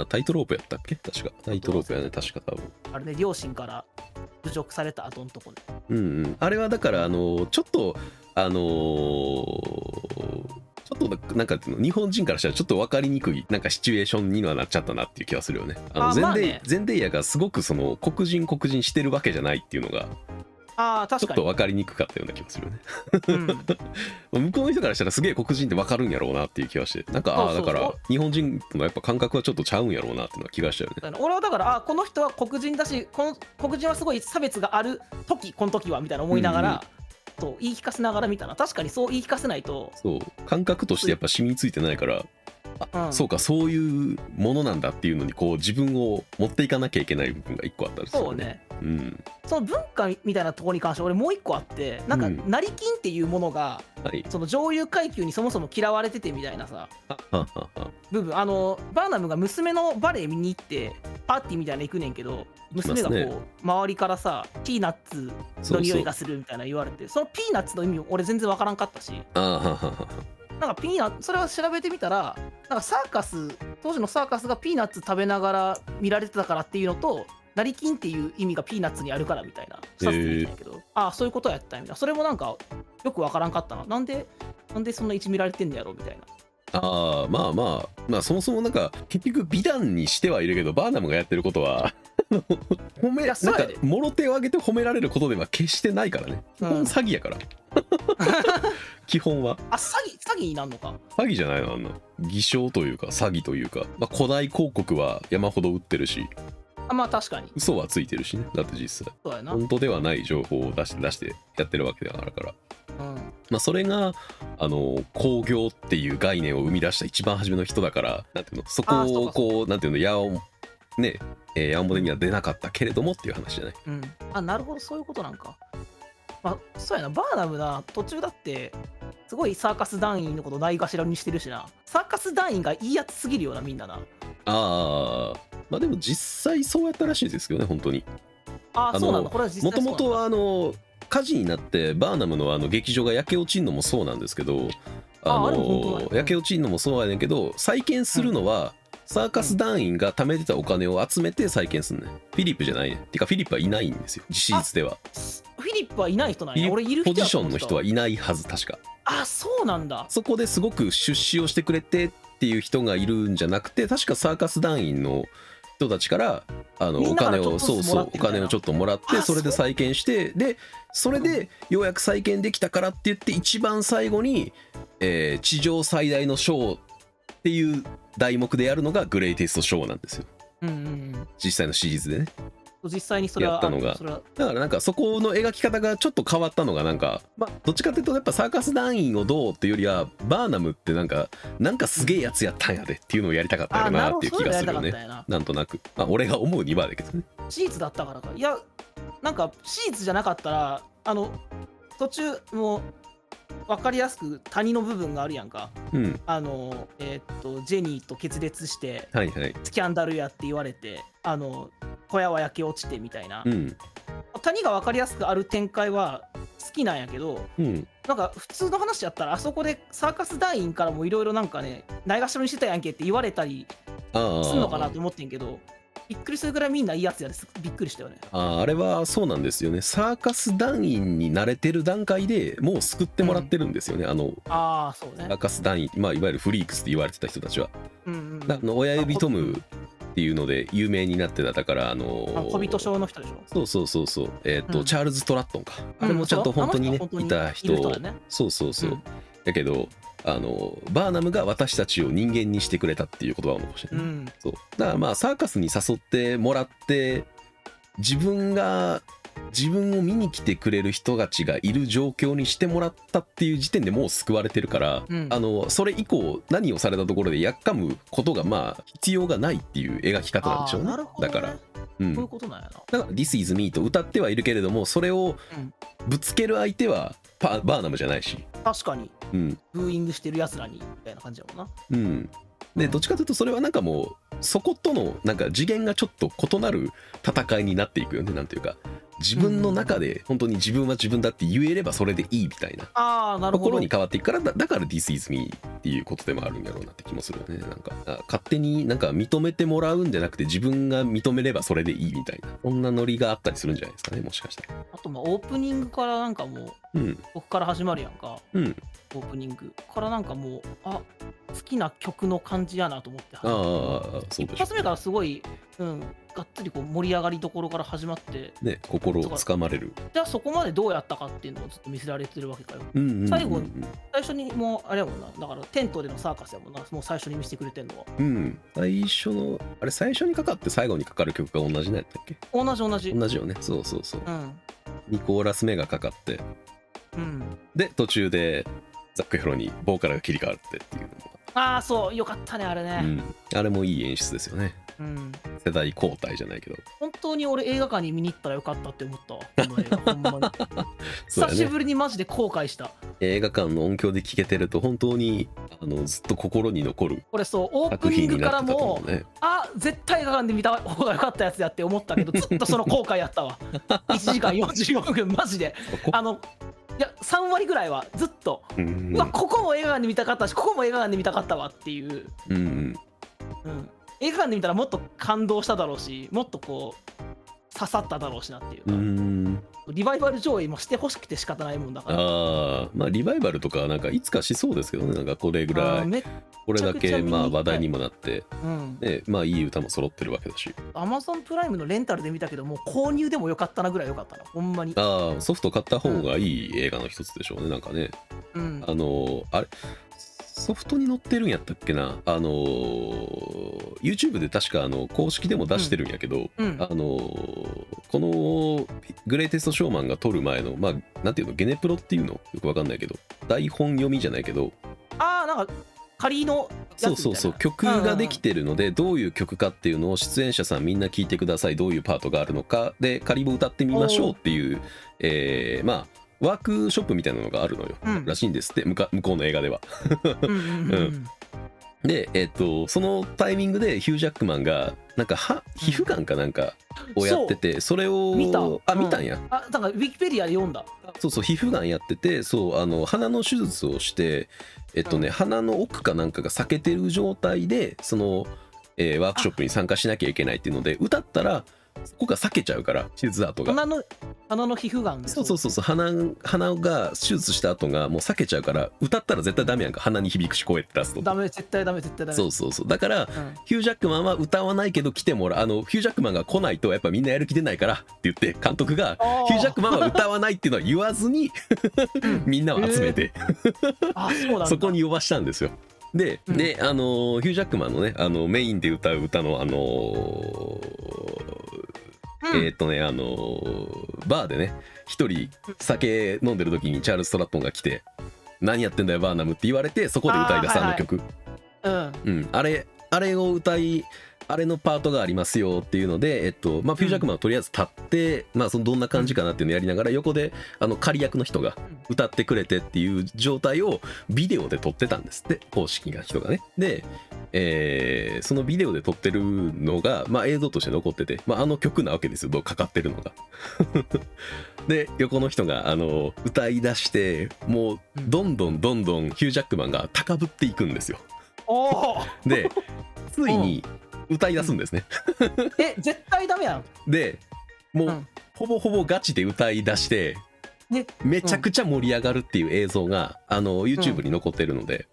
Speaker 1: あタイトロープやったっけ確かタイトロープやね確か多分
Speaker 2: あれね両親から侮辱された後のとこで
Speaker 1: うんうん、あれはだからあのちょっとあのーちょっとなんか日本人からしたらちょっと分かりにくいなんかシチュエーションにはなっちゃったなっていう気はするよね。あ
Speaker 2: あ
Speaker 1: の
Speaker 2: ま
Speaker 1: 全
Speaker 2: あ
Speaker 1: デイ、
Speaker 2: ね
Speaker 1: 全デイヤがすごくその黒人黒人してるわけじゃないっていうのが
Speaker 2: ああ
Speaker 1: ち
Speaker 2: 確
Speaker 1: ょっ
Speaker 2: か
Speaker 1: と
Speaker 2: に、
Speaker 1: 分かりにくかったような気がするよね。
Speaker 2: うん、
Speaker 1: 向こうの人からしたらすげえ黒人って分かるんやろうなっていう気はしてなんかああ
Speaker 2: そ
Speaker 1: だ
Speaker 2: うそう
Speaker 1: か
Speaker 2: そう
Speaker 1: ら日本人とのやっぱ感覚はちょっとちゃうんやろうなっていうのは気がしたよね。
Speaker 2: だから俺はだからあーこの人は黒人だしこの黒人はすごい差別がある時この時はみたいな思いながら、そう言い聞かせながら見たな確かにそう言い聞かせないと、
Speaker 1: そう感覚としてやっぱ染みついてないから
Speaker 2: うん、
Speaker 1: そうかそういうものなんだっていうのにこう自分を持っていかなきゃいけない部分が一個あったりする
Speaker 2: そうね
Speaker 1: うん
Speaker 2: その文化みたいなところに関して俺もう一個あってなんか
Speaker 1: うん
Speaker 2: 成金っていうものが
Speaker 1: はい
Speaker 2: その上流階級にそもそも嫌われててみたいなさ
Speaker 1: はははは
Speaker 2: 部分あのバーナムが娘のバレエ見に行ってパーティーみたいなの行くねんけど
Speaker 1: 行きますね
Speaker 2: 娘がこう周りからさピーナッツ
Speaker 1: そ
Speaker 2: の
Speaker 1: う
Speaker 2: 匂
Speaker 1: そう
Speaker 2: いがするみたいな言われてそのピーナッツの意味も俺全然わからんかったし
Speaker 1: あははは
Speaker 2: なんかピーナそれを調べてみたらなんかサーカス当時のサーカスがピーナッツ食べながら見られてたからっていうのと成金っていう意味がピーナッツにあるからみたいな
Speaker 1: へー
Speaker 2: させてみたんやけど、ああそういうことやったんやみたいなそれもなんかよくわからんかったななんでなんでそんな位置見られてんのやろみたいな
Speaker 1: ああまあまあまあそもそもなんか結局美談にしてはいるけどバーナムがやってることはあの *laughs* 褒め
Speaker 2: い
Speaker 1: なん
Speaker 2: やそう
Speaker 1: か
Speaker 2: やで
Speaker 1: もろ手を挙げて褒められることでは決してないからね基
Speaker 2: う
Speaker 1: 本
Speaker 2: ん
Speaker 1: 詐欺 *laughs* やから基本は
Speaker 2: あ詐欺詐欺になんのか
Speaker 1: 詐欺じゃないのあんな偽証というか詐欺というか、まあ、古代広告は山ほど売ってるし
Speaker 2: あまあ確かに
Speaker 1: 嘘はついてるしねだって実際
Speaker 2: そうやな、うん
Speaker 1: 本当ではない情報を出して出してやってるわけだから、まあ、それがあの工業っていう概念を生み出した一番初めの人だからなんていうのそこ
Speaker 2: あーそう
Speaker 1: を
Speaker 2: かそ
Speaker 1: こうなんていうのやおねえー、やんぼでには出なかったけれどもっていう話じゃない
Speaker 2: うん、あなるほどそういうことなんかまあそうやなバーナムな途中だってすごいサーカス団員のことないがしらにしてるしなサーカス団員がいいやつすぎるよなみんなな
Speaker 1: ああまあでも実際そうやったらしいですけどね本当に
Speaker 2: あ
Speaker 1: あの
Speaker 2: あそうなんだこれは実
Speaker 1: もと
Speaker 2: 際そう
Speaker 1: も
Speaker 2: なんだ
Speaker 1: とはあの火事になってバーナムのあの劇場が焼け落ちるのもそうなんですけどあ
Speaker 2: あ
Speaker 1: の
Speaker 2: あれも本当だうん
Speaker 1: 焼け落ちるのもそうやねんけど再建するのはサーカス団員が貯めてたお金を集めて再建するねんフィリップじゃないねんてかフィリップはいないんですよ実質では
Speaker 2: フィリップはいない人なん
Speaker 1: フィ
Speaker 2: や
Speaker 1: リ
Speaker 2: 俺いる
Speaker 1: ップ
Speaker 2: 人
Speaker 1: ポジションの人はいいないはず確か
Speaker 2: あそうなんだ
Speaker 1: そこですごく出資をしてくれてっていう人がいるんじゃなくて確かサーカス団員の人たちからあの
Speaker 2: み
Speaker 1: お
Speaker 2: んなか
Speaker 1: 金
Speaker 2: らちょ
Speaker 1: を
Speaker 2: っとずつ
Speaker 1: そうそ
Speaker 2: もら
Speaker 1: う
Speaker 2: っ
Speaker 1: お
Speaker 2: てみたいな
Speaker 1: 金をちょっともらって
Speaker 2: あ
Speaker 1: それ
Speaker 2: そ
Speaker 1: で
Speaker 2: う
Speaker 1: 再建してでそれでようやく再建できたからって言って一番最後に、えー地上最大のショーっていう題目でやるのがグレイテストショーなんですよ
Speaker 2: うんうん
Speaker 1: 実際のシリーズでね
Speaker 2: うん実際にそれは
Speaker 1: やったのが
Speaker 2: あそれは
Speaker 1: だからなんかそこの描き方がちょっと変わったのがなんか、まあ、どっちかっていうとやっぱサーカス団員をどうっていうよりはバーナムってなんかなんかすげえやつやったんやでっていうのをやりたかったよ
Speaker 2: あな
Speaker 1: な
Speaker 2: る
Speaker 1: っ
Speaker 2: ほ
Speaker 1: て
Speaker 2: ど
Speaker 1: いう
Speaker 2: そ
Speaker 1: 気
Speaker 2: れは
Speaker 1: が
Speaker 2: や
Speaker 1: す
Speaker 2: り
Speaker 1: る
Speaker 2: たかった
Speaker 1: よ
Speaker 2: んや
Speaker 1: ね
Speaker 2: な
Speaker 1: なんとなく、まあ、俺が思う2番だけどね
Speaker 2: シーツだったからかいやなんかシーツじゃなかったらあの途中もう分かりやすく谷の部分があるやんか
Speaker 1: うん
Speaker 2: あのえーっとジェニーと決裂して
Speaker 1: はいはい
Speaker 2: スキャンダルやって言われてあの小屋は焼け落ちてみたいな、
Speaker 1: うん
Speaker 2: 谷が分かりやすくある展開は好きなんやけど
Speaker 1: うん
Speaker 2: なんか普通の話やったらあそこでサーカス団員からもいろいろなんかねないがしろにしてたやんけって言われたり
Speaker 1: ああ
Speaker 2: すんのかなと思ってんけどびっくりするぐらいみんないいやつやですびっくりしたよね
Speaker 1: あーあれはそうなんですよねサーカス団員に慣れてる段階でもう救ってもらってるんですよね、あの
Speaker 2: ああそうね
Speaker 1: サーカス団員、まあ、いわゆるフリークスって言われてた人たちは
Speaker 2: うんうんうん
Speaker 1: あの親指トムっていうので有名になってただからあの
Speaker 2: あの小人症の人でしょ
Speaker 1: そうそうそうそうえっ、と、
Speaker 2: うん
Speaker 1: チャールズ・トラットンかあれ
Speaker 2: う
Speaker 1: も
Speaker 2: ん
Speaker 1: ちゃんと
Speaker 2: そう
Speaker 1: 本当にね
Speaker 2: あの人は本当
Speaker 1: い
Speaker 2: に
Speaker 1: た人
Speaker 2: いる人だね
Speaker 1: そうそうそう、
Speaker 2: うん
Speaker 1: だけどあのバーナムが私たちを人間にしてくれたっていう言葉を残して
Speaker 2: う
Speaker 1: ね、
Speaker 2: ん
Speaker 1: そうだからまあサーカスに誘ってもらって自分が自分を見に来てくれる人たちがいる状況にしてもらったっていう時点でもう救われてるから、
Speaker 2: うん
Speaker 1: あのそれ以降何をされたところでやっかむことがまあ必要がないっていう描き方なんでしょうね
Speaker 2: あーなるほど
Speaker 1: だ
Speaker 2: ね
Speaker 1: からうん
Speaker 2: こういうことなんやな。
Speaker 1: だから「This is me」と歌ってはいるけれどもそれを
Speaker 2: うん
Speaker 1: ぶつける相手はパバーナムじゃないし
Speaker 2: 確かに、
Speaker 1: うん
Speaker 2: ブーイングしてるやつらに、みたいな感じやもんな。
Speaker 1: うん
Speaker 2: う
Speaker 1: で
Speaker 2: ん
Speaker 1: どっちかというとそれはなんかもうそことのなんか次元がちょっと異なる戦いになっていくよねなんていうか自分の中で本当に自分は自分だって言えればそれでいいみたいな
Speaker 2: ああ、なる
Speaker 1: と
Speaker 2: ほ
Speaker 1: こ
Speaker 2: ど。
Speaker 1: ろに変わっていくからだだから This is me っていうことでもあるんやろうなって気もするよねなんかあ勝手になんか認めてもらうんじゃなくて自分が認めればそれでいいみたいなそんなノリがあったりするんじゃないですかねもしかしたら
Speaker 2: あと、まあ、オープニングからなんかもう、
Speaker 1: うん
Speaker 2: 僕から始まるやんか、
Speaker 1: うん
Speaker 2: オープニングからなんかもう、あ好きな曲の感じやなと思って
Speaker 1: あ
Speaker 2: 始まった一
Speaker 1: あそうでしょ
Speaker 2: 発目からすごい、うん、がっつりこう盛り上がりどころから始まって、
Speaker 1: ね心をつかまれる
Speaker 2: じゃあそこまでどうやったかっていうのをずっと見せられてるわけかよ。
Speaker 1: うんうんうんうん
Speaker 2: 最後最初にもう、あれやもんな、だからテントでのサーカスやもんな、もう最初に見せてくれてんのは。
Speaker 1: うん最初のあれ最初にかかって最後にかかる曲が同じなんやったっけ
Speaker 2: 同じ同じ。
Speaker 1: 同じよねそうそうそう
Speaker 2: うん。
Speaker 1: にコーラス目がかかって
Speaker 2: うん。
Speaker 1: で途中でザック・ヘロにボーカルが切り替わってっていうのも、
Speaker 2: ああ、そう、よかったね、あれ
Speaker 1: う
Speaker 2: ね。
Speaker 1: ん、あれもいい演出ですよね
Speaker 2: うん。
Speaker 1: 世代交代じゃないけど
Speaker 2: 本当に俺映画館に見に行ったらよかったって思った
Speaker 1: *laughs*
Speaker 2: わ。この映画、ほんまに。
Speaker 1: そう
Speaker 2: 久
Speaker 1: だね
Speaker 2: しぶりにマジで後悔した。
Speaker 1: 映画館の音響で聴けてると本当にあのずっと心に残る
Speaker 2: これそう、オープ
Speaker 1: 作
Speaker 2: ニン
Speaker 1: 品
Speaker 2: グ
Speaker 1: に
Speaker 2: か
Speaker 1: なっ
Speaker 2: ら
Speaker 1: てたと
Speaker 2: も
Speaker 1: 思、うね
Speaker 2: あ絶対映画館で見た方が良かったやつやって思ったけ
Speaker 1: *laughs*
Speaker 2: どずっとその後悔やったわ1時間45分マジで
Speaker 1: こ
Speaker 2: あのいや3割ぐらいはずっと、
Speaker 1: うんうん
Speaker 2: うわここも映画館で見たかったしここも映画館で見たかったわっていう、
Speaker 1: うんうん
Speaker 2: うん、映画館で見たらもっと感動しただろうしもっとこう刺さっただろうしなっていう
Speaker 1: う
Speaker 2: か、
Speaker 1: ん
Speaker 2: リバイバル上映もしてほしくて仕方ないもんだから
Speaker 1: ああまあリバイバルとかなんかいつかしそうですけどねなんかこれぐ
Speaker 2: あ
Speaker 1: ら
Speaker 2: ー
Speaker 1: い
Speaker 2: め
Speaker 1: これ
Speaker 2: め
Speaker 1: だ
Speaker 2: ちゃくちゃ
Speaker 1: け
Speaker 2: 見に行きたい
Speaker 1: まあ話題にもなって
Speaker 2: うん、
Speaker 1: ねまあいい歌も揃ってるわけだし
Speaker 2: Amazon プライムのレンタルで見たけどもう購入でもよかったなぐらいよかったなほんまに
Speaker 1: ああソフト買った方がいい映画の一つでしょうねなんかね
Speaker 2: うん
Speaker 1: あのあれソフトに載ってるんやったっけなあの YouTube で確かあの公式でも出してるんやけど、
Speaker 2: うん
Speaker 1: あのこのグレイテストショーマンが撮る前のまあなんていうのゲネプロっていうのよくわかんないけど台本読みじゃないけど
Speaker 2: ああなんか仮のやつ
Speaker 1: そう
Speaker 2: みたい
Speaker 1: そう
Speaker 2: な
Speaker 1: そう曲ができてるのでどういう曲かっていうのを出演者さんみんな聞いてくださいどういうパートがあるのかで仮も歌ってみましょうっていう、えーまあワークショップみたいなのがあるのよ、
Speaker 2: うん
Speaker 1: らしいんですって向か向こうの映画では。
Speaker 2: うんうんうんうん
Speaker 1: で、えっとそのタイミングでヒュー・ジャックマンがなんか歯皮膚癌かなんかをやってて、それを
Speaker 2: 見た
Speaker 1: あ
Speaker 2: うん
Speaker 1: 見たんや、
Speaker 2: あなんかウィキペディアで読んだ
Speaker 1: そうそう皮膚がんやっててそうあの鼻の手術をしてえっとね、
Speaker 2: う
Speaker 1: 鼻の奥かなんかが裂けてる状態でその、えーワークショップに参加しなきゃいけないっていうので歌ったらそこが裂けちゃうから手術後が。
Speaker 2: 鼻の鼻の皮膚がんで
Speaker 1: そうそうそうそう鼻鼻が手術した後がもう裂けちゃうから歌ったら絶対ダメやんか鼻に響くし声って出すと
Speaker 2: ダメ絶対ダメ絶対ダメ
Speaker 1: そうそうそうだから
Speaker 2: うん
Speaker 1: ヒュージャックマンは歌わないけど来てもらうあのヒュージャックマンが来ないとやっぱみんなやる気出ないからって言って監督が
Speaker 2: あー
Speaker 1: ヒュージャックマンは歌わないっていうのは言わずにみんなを集めて、
Speaker 2: あそうなんだ
Speaker 1: そこに呼ばしたんですよ。で,、
Speaker 2: うん
Speaker 1: であのーヒュージャックマンのねあのメインで歌う歌のあのー
Speaker 2: うん
Speaker 1: えーっ、とねあのーバーでね一人酒飲んでる時にチャールズ・トラットンが来て「何やってんだよバーナム」って言われてそこで歌い出す
Speaker 2: あー
Speaker 1: あ
Speaker 2: はいはい
Speaker 1: の曲。
Speaker 2: うん
Speaker 1: うん、あれあれを歌いあれのパートがありますよっていうので、えっとまあ、フュージャックマンはとりあえず立って、まあ、そのどんな感じかなっていうのをやりながら横であの仮役の人が
Speaker 2: ん
Speaker 1: 歌ってくれてっていう状態をビデオで撮ってたんですって公式な人がね。で、えーそのビデオで撮ってるのが、まあ、映像として残ってて、まあ、あの曲なわけですよどうかかってるのが。 *laughs* で横の人があの歌い出してもうどんどんどんどんヒュージャックマンが高ぶっていくんですよ。
Speaker 2: おお
Speaker 1: で
Speaker 2: *laughs*
Speaker 1: ついに歌い出すんですね、
Speaker 2: え絶対ダメやん
Speaker 1: でもう、
Speaker 2: うん
Speaker 1: ほぼほぼガチで歌い出して
Speaker 2: ね
Speaker 1: めちゃくちゃ盛り上がるっていう映像が、あの YouTube に残ってるので、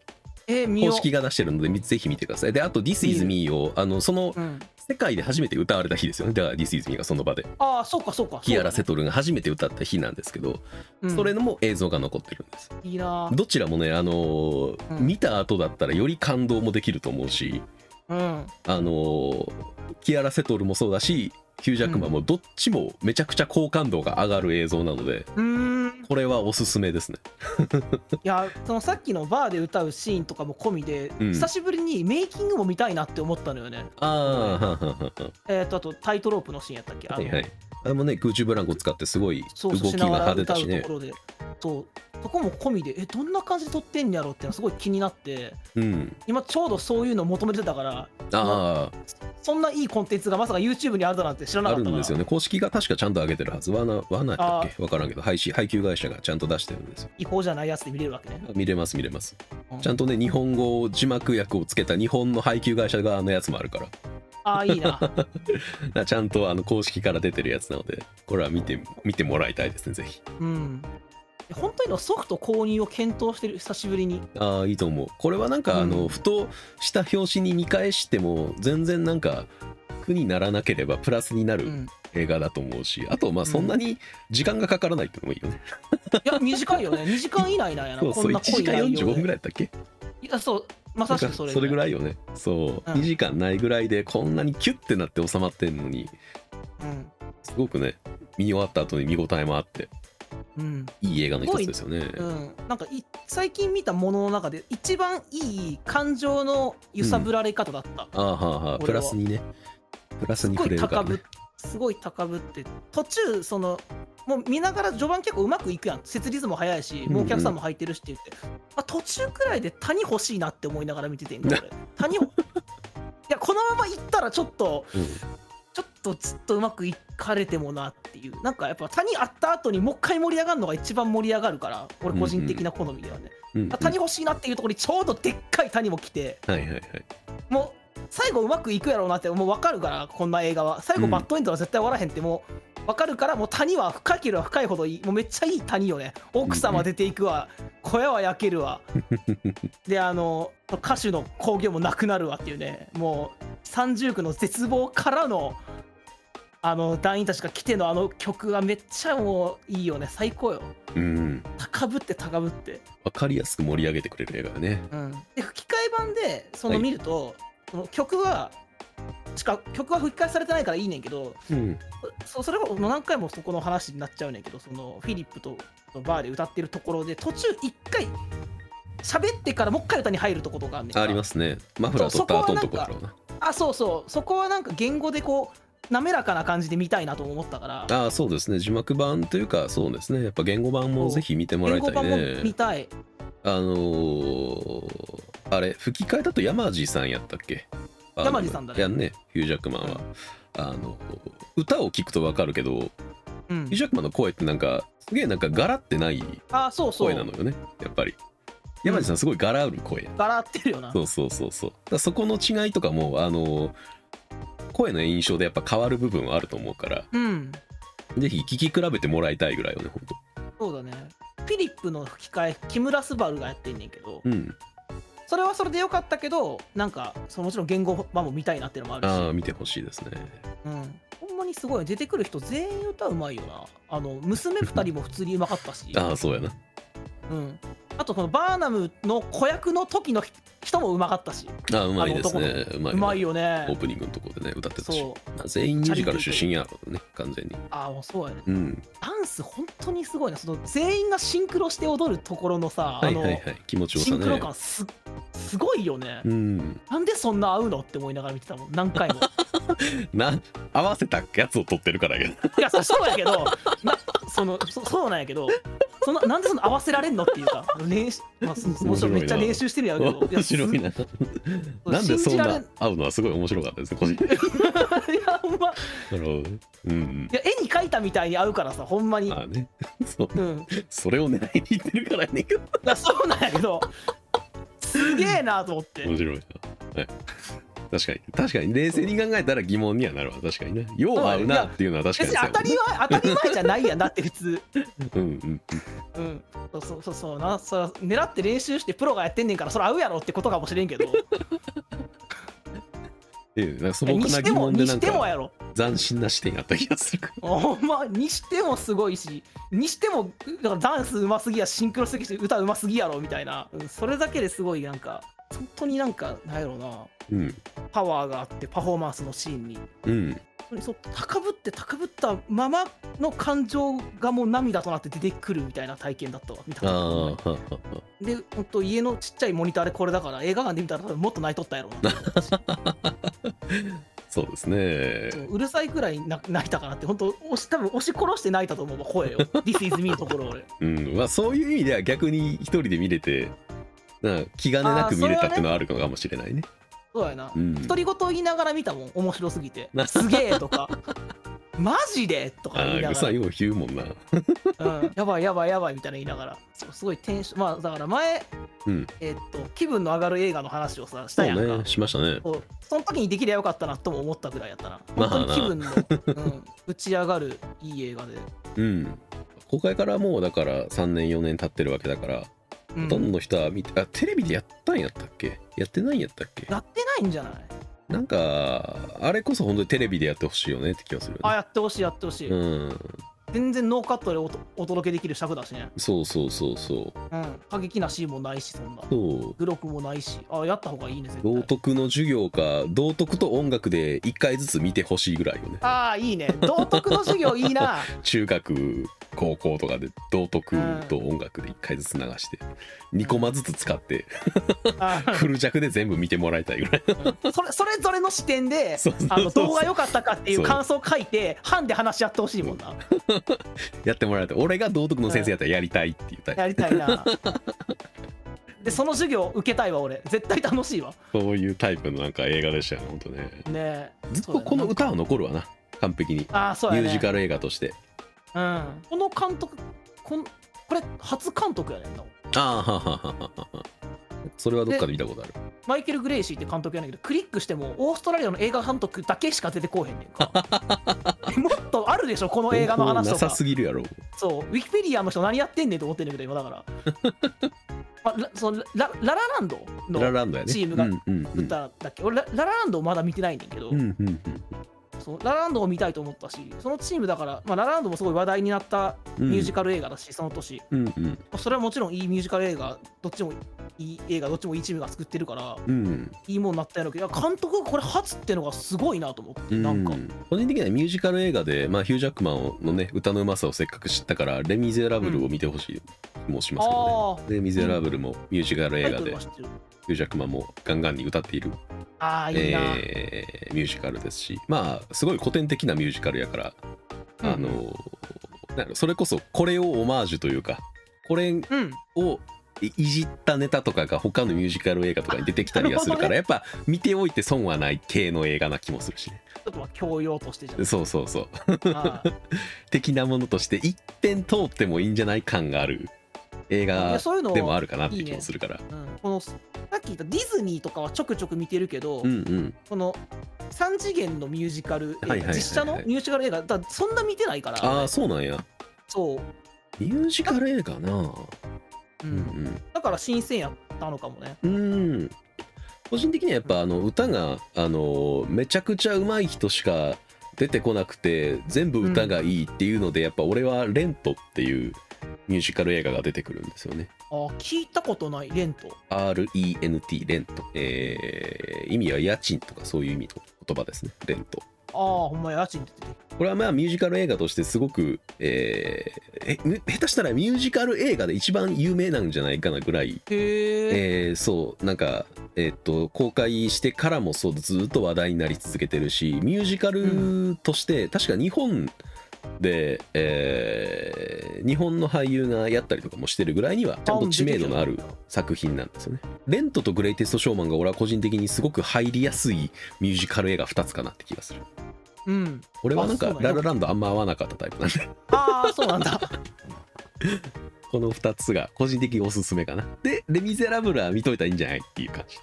Speaker 2: え見よ
Speaker 1: 公
Speaker 2: う
Speaker 1: 式が出してるのでみぜひ見てくださいであと「This is me を」あのその
Speaker 2: うん
Speaker 1: 世界で初めて歌われた日ですよねだから「This is me」がその場で
Speaker 2: ああそうかそうか
Speaker 1: キアラ・セトルが初めて歌った日なんですけど、
Speaker 2: うん
Speaker 1: それのも映像が残ってるんです
Speaker 2: いいな
Speaker 1: どちらもねあのー
Speaker 2: うん
Speaker 1: 見た後だったらより感動もできると思うし
Speaker 2: うん
Speaker 1: あのーキアラ・セトルもそうだしヒュージャックマンもどっちもめちゃくちゃ好感度が上がる映像なので
Speaker 2: うーん
Speaker 1: これはおすすめですね
Speaker 2: いやそのさっきのバーで歌うシーンとかも込みで、
Speaker 1: うん
Speaker 2: 久しぶりにメイキングも見たいなって思ったのよね。
Speaker 1: ああ
Speaker 2: えー、とあとタイトロープのシーンやったっけあ
Speaker 1: は
Speaker 2: の
Speaker 1: いはいあれもね空中ブランコ使ってすごい
Speaker 2: そ
Speaker 1: 動
Speaker 2: うそう
Speaker 1: き
Speaker 2: し
Speaker 1: が
Speaker 2: ながら
Speaker 1: 派手
Speaker 2: 歌
Speaker 1: だ
Speaker 2: う
Speaker 1: し
Speaker 2: と
Speaker 1: ね
Speaker 2: ころでそうそこも込みでえどんな感じで撮ってんやろってのすごい気になって
Speaker 1: うん
Speaker 2: 今ちょうどそういうの求めてたから
Speaker 1: あ
Speaker 2: そんないいコンテンツがまさか YouTube にあるだなんて知ら
Speaker 1: あ
Speaker 2: な
Speaker 1: あ
Speaker 2: かっ
Speaker 1: る
Speaker 2: たから
Speaker 1: んですよね公式が確かちゃんと上げてるはずワーナーワーナーだっけわからんけど配信配給会社がちゃんと出してるんですよ
Speaker 2: 違法じゃないやつで見れるわけね、
Speaker 1: 見れます見れます
Speaker 2: うん
Speaker 1: ちゃんとね日本語字幕訳をつけた日本の配給会社側のやつもあるから
Speaker 2: ああいいな
Speaker 1: だ *laughs* からちゃんとあの公式から出てるやつなのでこれは見て見てもらいたいですねぜひ
Speaker 2: うん本当に今ソフト購入を検討してる久しぶりに
Speaker 1: ああいいと思うこれはなんかあの、
Speaker 2: うん
Speaker 1: ふとした表紙に見返しても全然なんか苦にならなければプラスにな
Speaker 2: う
Speaker 1: る
Speaker 2: ん
Speaker 1: 映画だと思うし、あとまあそんなに時間がかからないってのもいいよね、
Speaker 2: いや短いよね2時間以内なんやな
Speaker 1: *laughs* そう
Speaker 2: こ
Speaker 1: そうん
Speaker 2: な
Speaker 1: 1
Speaker 2: 濃
Speaker 1: 時
Speaker 2: い
Speaker 1: 間
Speaker 2: 内容
Speaker 1: 45分ぐ
Speaker 2: で
Speaker 1: らいだったっけ
Speaker 2: いやそうま
Speaker 1: な
Speaker 2: さ
Speaker 1: ん
Speaker 2: し
Speaker 1: か
Speaker 2: くそれ
Speaker 1: それぐ
Speaker 2: い、
Speaker 1: らいよねそう、
Speaker 2: うん
Speaker 1: 2時間ないぐらいでこんなにキュッてなって収まってんのに
Speaker 2: うん
Speaker 1: すごくね見終わった後に見応えもあって
Speaker 2: うん
Speaker 1: いい映画の一つですよね、
Speaker 2: うん、なんかい最近見たものの中で一番いい感情の揺さぶられ方だった、
Speaker 1: ああはあはあ
Speaker 2: こ
Speaker 1: プ
Speaker 2: れ
Speaker 1: ラ
Speaker 2: は
Speaker 1: スにねプラス
Speaker 2: す
Speaker 1: に
Speaker 2: ご
Speaker 1: 触れ
Speaker 2: い
Speaker 1: る
Speaker 2: 高
Speaker 1: から、
Speaker 2: ぶ
Speaker 1: ね
Speaker 2: っ、すごい高ぶって途中そのもう見ながら序盤結構うまくいくやん設立も早いし
Speaker 1: ん
Speaker 2: もうお客さんも入ってるしって言って、あ途中くらいで谷欲しいなって思いながら見ててん
Speaker 1: *laughs*
Speaker 2: か俺谷をいやこのまま行ったらちょっと
Speaker 1: うん
Speaker 2: ちょっとずっとうまくいかれてもなっていうなんかやっぱ谷あった後にもう一回盛り上がるのが一番盛り上がるから俺個人的な好みではね、
Speaker 1: うんうん
Speaker 2: あ谷欲しいなっていうところにちょうどでっかい谷も来て
Speaker 1: はいはいはい
Speaker 2: もう最後うまくいくやろうなってもう分かるからこんな映画は最後
Speaker 1: うん
Speaker 2: バッドエンドは絶対終わらへんってもう分かるからもう谷は深ければ深いほどいいもうめっちゃいい谷よね奥様出ていくわ小屋は焼けるわであの歌手の興行もなくなるわっていうねもう三重苦の絶望からのあの団員たちが来てのあの曲がめっちゃもういいよね最高よ
Speaker 1: うん
Speaker 2: 高ぶって高ぶって
Speaker 1: 分かりやすく盛り上げてくれる映画だね
Speaker 2: で吹き替え版でそ
Speaker 1: は
Speaker 2: の
Speaker 1: い
Speaker 2: 見ると、その曲はしか曲は吹き替えされてないからいいねんけど
Speaker 1: うん
Speaker 2: そそれを何回もそこの話になっちゃうねんけどそのフィリップとバーで歌ってるところで途中一回喋ってからもう一回歌に入るところがあるねんか
Speaker 1: ありますねマフラー取った後のところだろうな
Speaker 2: あそうそうそこはなんか言語でこう滑らかな感じで見たいなと思ったから
Speaker 1: ああそうですね字幕版というかそうですねやっぱ言語版もぜひ見てもら
Speaker 2: 言
Speaker 1: い
Speaker 2: 語
Speaker 1: たい
Speaker 2: 版も見
Speaker 1: ね
Speaker 2: たい
Speaker 1: あのーあれ吹き替えだと山地さんやったっけあの
Speaker 2: 山地さんだね
Speaker 1: やんねヒュージャックマンは、あの歌を聞くと分かるけどヒュ
Speaker 2: うん
Speaker 1: ージャックマンの声ってなんかすげえなんか柄ってない
Speaker 2: あそうそ
Speaker 1: 声
Speaker 2: う
Speaker 1: なのよねやっぱり山地さんすごい柄ある声、
Speaker 2: ガラってるよな
Speaker 1: そうそうそうそうだからそこの違いとかもあの声の印象でやっぱ変わる部分はあると思うから
Speaker 2: うん
Speaker 1: ぜひ聞き比べてもらいたいぐらいよねほんと
Speaker 2: そうだねフィリップの吹き替え木村昴がやってんねんけど、
Speaker 1: うん
Speaker 2: それはそれでよかったけどなんかそのもちろん言語版も見たいなっていうのもあるし
Speaker 1: ああ見てほしいですね
Speaker 2: うん、ほんまにすごい出てくる人全員歌うまいよなあの娘2人も普通にうまかったし
Speaker 1: ああそうやな
Speaker 2: うん、あとこのバーナムの子役の時の人もうまかったし
Speaker 1: ああうまいですねうまいう
Speaker 2: まい
Speaker 1: よ
Speaker 2: よ
Speaker 1: オー
Speaker 2: ね
Speaker 1: プニングのとこでね歌ってたし
Speaker 2: そう
Speaker 1: まあ全員ミュージカル出身やろうね完全に
Speaker 2: ああもうそうやね
Speaker 1: うん
Speaker 2: ダンス本当にすごいなその全員がシンクロして踊るところのさ
Speaker 1: は
Speaker 2: あ
Speaker 1: い
Speaker 2: の、
Speaker 1: はいはい気持ちよ
Speaker 2: シ
Speaker 1: さ
Speaker 2: ンクロ
Speaker 1: ね
Speaker 2: 感すすごいよね、
Speaker 1: うん
Speaker 2: なんでそんな合うのって思いながら見てたもん何
Speaker 1: *laughs*
Speaker 2: 回も
Speaker 1: な合わせたやつを撮ってるからや
Speaker 2: いやそうそうやけどなそのそそうなんやけどそのなんでその合わせられんのっていうか練習、まあ、そもちろんめっちゃ練習してるやろう
Speaker 1: *laughs*
Speaker 2: けど
Speaker 1: 面白い
Speaker 2: や
Speaker 1: ななんでそん
Speaker 2: 信じられ
Speaker 1: なん合うのはすごい面白かったですね個人的に
Speaker 2: すいやほんまい
Speaker 1: なるほどねうんうん
Speaker 2: や絵に描いたみたいに合うからさほんまに、
Speaker 1: まあね *laughs* そう
Speaker 2: うん、い
Speaker 1: それを狙いにいってるからやねんけど
Speaker 2: やそうなんやけどすげえなと思って
Speaker 1: 面白いな、はい、確かに確かに冷静に考えたら疑問にはなるわ確かにねよう合うなっていうのは確か
Speaker 2: 別
Speaker 1: に
Speaker 2: に当
Speaker 1: そうやも
Speaker 2: た
Speaker 1: んね
Speaker 2: り前当たり前じゃないやんだって普通
Speaker 1: うんうん
Speaker 2: うんそうそうそうそうなそら狙って練習してプロがやってんねんからそれ合うやろってことかもしれんけど
Speaker 1: ええなんか素朴
Speaker 2: に
Speaker 1: な
Speaker 2: して
Speaker 1: 疑
Speaker 2: も
Speaker 1: 問で
Speaker 2: に
Speaker 1: な
Speaker 2: し
Speaker 1: ん
Speaker 2: ても
Speaker 1: か
Speaker 2: やろ
Speaker 1: 斬新な視点があった気がするから
Speaker 2: ほんまにしてもすごいしにしてもだからダンスうますぎやシンクロすぎし歌うますぎやろみたいなうんそれだけですごいなんか本当になんかなんやろうな
Speaker 1: うん
Speaker 2: パワーがあってパフォーマンスのシーンに
Speaker 1: うん
Speaker 2: 当にそう高ぶって高ぶったままの感情がもう涙となって出てくるみたいな体験だったわ見た
Speaker 1: あ
Speaker 2: こ
Speaker 1: あ
Speaker 2: とない
Speaker 1: はあはあ
Speaker 2: で本当家のちっちゃいモニターでこれだから映画館で見たら多分もっと泣いとったやろうな
Speaker 1: そうですね
Speaker 2: そううるさいくらいな泣いたかなって本当押し多分押し殺して泣いたと思うわ声
Speaker 1: *laughs*
Speaker 2: を「This is me」のところを俺
Speaker 1: うんまあそういう意味では逆に一人で見れてなんか気兼ねなく見れたっていうのはあるのかもしれないね
Speaker 2: そうやな
Speaker 1: うん
Speaker 2: 独り言言いながら見たもん面白すぎて「
Speaker 1: な
Speaker 2: すげえ」とか「マジで?」とか
Speaker 1: あ
Speaker 2: 言い
Speaker 1: あ
Speaker 2: な
Speaker 1: う
Speaker 2: が
Speaker 1: さ
Speaker 2: ら
Speaker 1: いよう言うもんな
Speaker 2: うん、やばいやばいやばいみたいな言いながらそうすごいテンションまあだから前、
Speaker 1: うん
Speaker 2: えーっと気分の上がる映画の話をさし
Speaker 1: そ
Speaker 2: た
Speaker 1: う
Speaker 2: やんかそう、
Speaker 1: ねしましたね
Speaker 2: その時にできりゃよかったなとも思ったぐらいやったな
Speaker 1: まあ
Speaker 2: 本当に気分の、うん、打ち上がるいい映画で、
Speaker 1: うん公開からもうだから3年4年経ってるわけだから
Speaker 2: う
Speaker 1: ほとんど
Speaker 2: ん、
Speaker 1: の人は見てあテレビでやったんやったっけやってないんやったっけ
Speaker 2: やってないんじゃない
Speaker 1: なんかあれこそ本当にテレビでやってほしいよねって気がするよ
Speaker 2: あ
Speaker 1: ね
Speaker 2: やってほしいやってほしい、
Speaker 1: うん
Speaker 2: 全然ノーカットでおとお届けできる尺だしね、
Speaker 1: そうそうそうそう
Speaker 2: うん、過激なシーンもないしそんな
Speaker 1: そう
Speaker 2: グロくもないしあやった方がいいね絶対
Speaker 1: 道徳の授業か道徳と音楽で1回ずつ見てほしいぐらいよね
Speaker 2: ああいいね道徳の授業いい
Speaker 1: *laughs*
Speaker 2: な
Speaker 1: 中学高校とかで道徳と音楽で1回ずつ流して2コマずつ使って
Speaker 2: あー
Speaker 1: フル弱で全部見てもらいたいぐらい
Speaker 2: それそれぞれの視点で
Speaker 1: そうそう
Speaker 2: あの
Speaker 1: そう
Speaker 2: 動画良かったかっていう
Speaker 1: そう
Speaker 2: 感想を書いて班で話し合ってほしいもんな
Speaker 1: やってもらいたい俺が道徳の先生やったらやりたいっていうタイプ
Speaker 2: やりたいなでその授業受けたいわ俺絶対楽しいわ
Speaker 1: そういうタイプのなんか映画でしたよね本当ね
Speaker 2: ねえ
Speaker 1: ずっとこの歌は残るわな完璧に
Speaker 2: ああそう
Speaker 1: ミ
Speaker 2: やね
Speaker 1: ュージカル映画として
Speaker 2: うん、この監督こんこれ初監督やねんな
Speaker 1: ああはははははそれはどっかで見たことある
Speaker 2: マイケル・グレイシーって監督やねんけどクリックしてもオーストラリアの映画監督だけしか出てこうへんねん
Speaker 1: *laughs*
Speaker 2: かもっとあるでしょこの映画の話
Speaker 1: 情報
Speaker 2: と
Speaker 1: なさ
Speaker 2: か
Speaker 1: すぎるやろ
Speaker 2: そう、ウィキペディアの人何やってんねんと思ってんねんけど、今だから。
Speaker 1: *laughs*
Speaker 2: まあ、ラそのララララランドの
Speaker 1: ララランドやね
Speaker 2: チームが
Speaker 1: うんうんうん
Speaker 2: 歌だっけ、俺ラ、ララランドをまだ見てないねんだけど、
Speaker 1: うんうんうん
Speaker 2: そう、ララランドを見たいと思ったし、そのチームだから、まあ、ララランドもすごい話題になった
Speaker 1: うん
Speaker 2: ミュージカル映画だし、その年、ま
Speaker 1: うんうん
Speaker 2: あそれはもちろんいいミュージカル映画、どっちもいい映画、どっちもいいチームが作ってるから、
Speaker 1: うん
Speaker 2: いいもんなったんやろうけど、いや監督がこれ初ってのがすごいなと思って、
Speaker 1: うん
Speaker 2: なんか。
Speaker 1: 個人的にはミュージカル映画で、まあ、ヒュージャックマンのね歌のうまさをせっかく知ったから「レ・ミゼラブル」を見てほしい気もしますけどね。
Speaker 2: ああ、
Speaker 1: レ・ミゼラブルもミュージカル映
Speaker 2: タ
Speaker 1: 画
Speaker 2: イトル
Speaker 1: で
Speaker 2: は
Speaker 1: ヒ
Speaker 2: 知ってる
Speaker 1: ュージャックマンもガンガンに歌っている
Speaker 2: ああ、いいな。
Speaker 1: えーミュージカルですしまあすごい古典的なミュージカルやから、
Speaker 2: うん
Speaker 1: あのなんやろそれこそこれをオマージュというかこれ
Speaker 2: うん、
Speaker 1: をいいじったネタとかが他のミュージカル映画とかに出てきたりはするから、
Speaker 2: な
Speaker 1: やっぱ見ておいて損はない系の映画な気もするしね
Speaker 2: ちょっとまあ教養としてじゃ
Speaker 1: そうそうそう
Speaker 2: ない。
Speaker 1: *laughs* 的なものとして一点通ってもいいんじゃない感がある映
Speaker 2: いや
Speaker 1: 画
Speaker 2: そういうの
Speaker 1: でもあるかなって
Speaker 2: いい
Speaker 1: 気
Speaker 2: ね
Speaker 1: もするから
Speaker 2: うんこのさっき言ったディズニーとかはちょくちょく見てるけど、
Speaker 1: うん
Speaker 2: この3次元のミュージカル映画、
Speaker 1: はいはいはいはい
Speaker 2: 実写のミュージカル映画だからそんな見てないから
Speaker 1: ああーそうなんや
Speaker 2: そう、
Speaker 1: ミュージカル映画な
Speaker 2: う
Speaker 1: うんん
Speaker 2: だから新鮮やったのかもね
Speaker 1: うんうん個人的にはやっぱあの歌があのめちゃくちゃ上手い人しか出てこなくて全部歌がいいっていうのでやっぱ俺は「レント」っていうミュージカル映画が出てくるんですよね
Speaker 2: あー聞いたことないレント
Speaker 1: RENT レント、えー意味は家賃とかそういう意味の言葉ですねレント
Speaker 2: ああほんま家賃出てて
Speaker 1: これはまあミュージカル映画としてすごく、えーえむ下手したらミュージカル映画で一番有名なんじゃないかなぐら
Speaker 2: へ
Speaker 1: い、
Speaker 2: え
Speaker 1: えーそうなんか、えーっと公開してからもそうずっと話題になり続けてるしミュージカルとして、確か日本で、えー日本の俳優がやったりとかもしてるぐらいにはちゃんと知名度のある作品なんですよね。レントとグレイテストショーマンが俺は個人的にすごく入りやすいミュージカル映画2つかなって気がする。
Speaker 2: うん
Speaker 1: 俺はなん
Speaker 2: あ
Speaker 1: か
Speaker 2: そうなんや
Speaker 1: ララランドあんま合わなかったタイプなんで *laughs*
Speaker 2: ああそうなんだ
Speaker 1: この2つが個人的におすすめかなで「レ・ミゼラブル」は見といたらいいんじゃないっていう感じ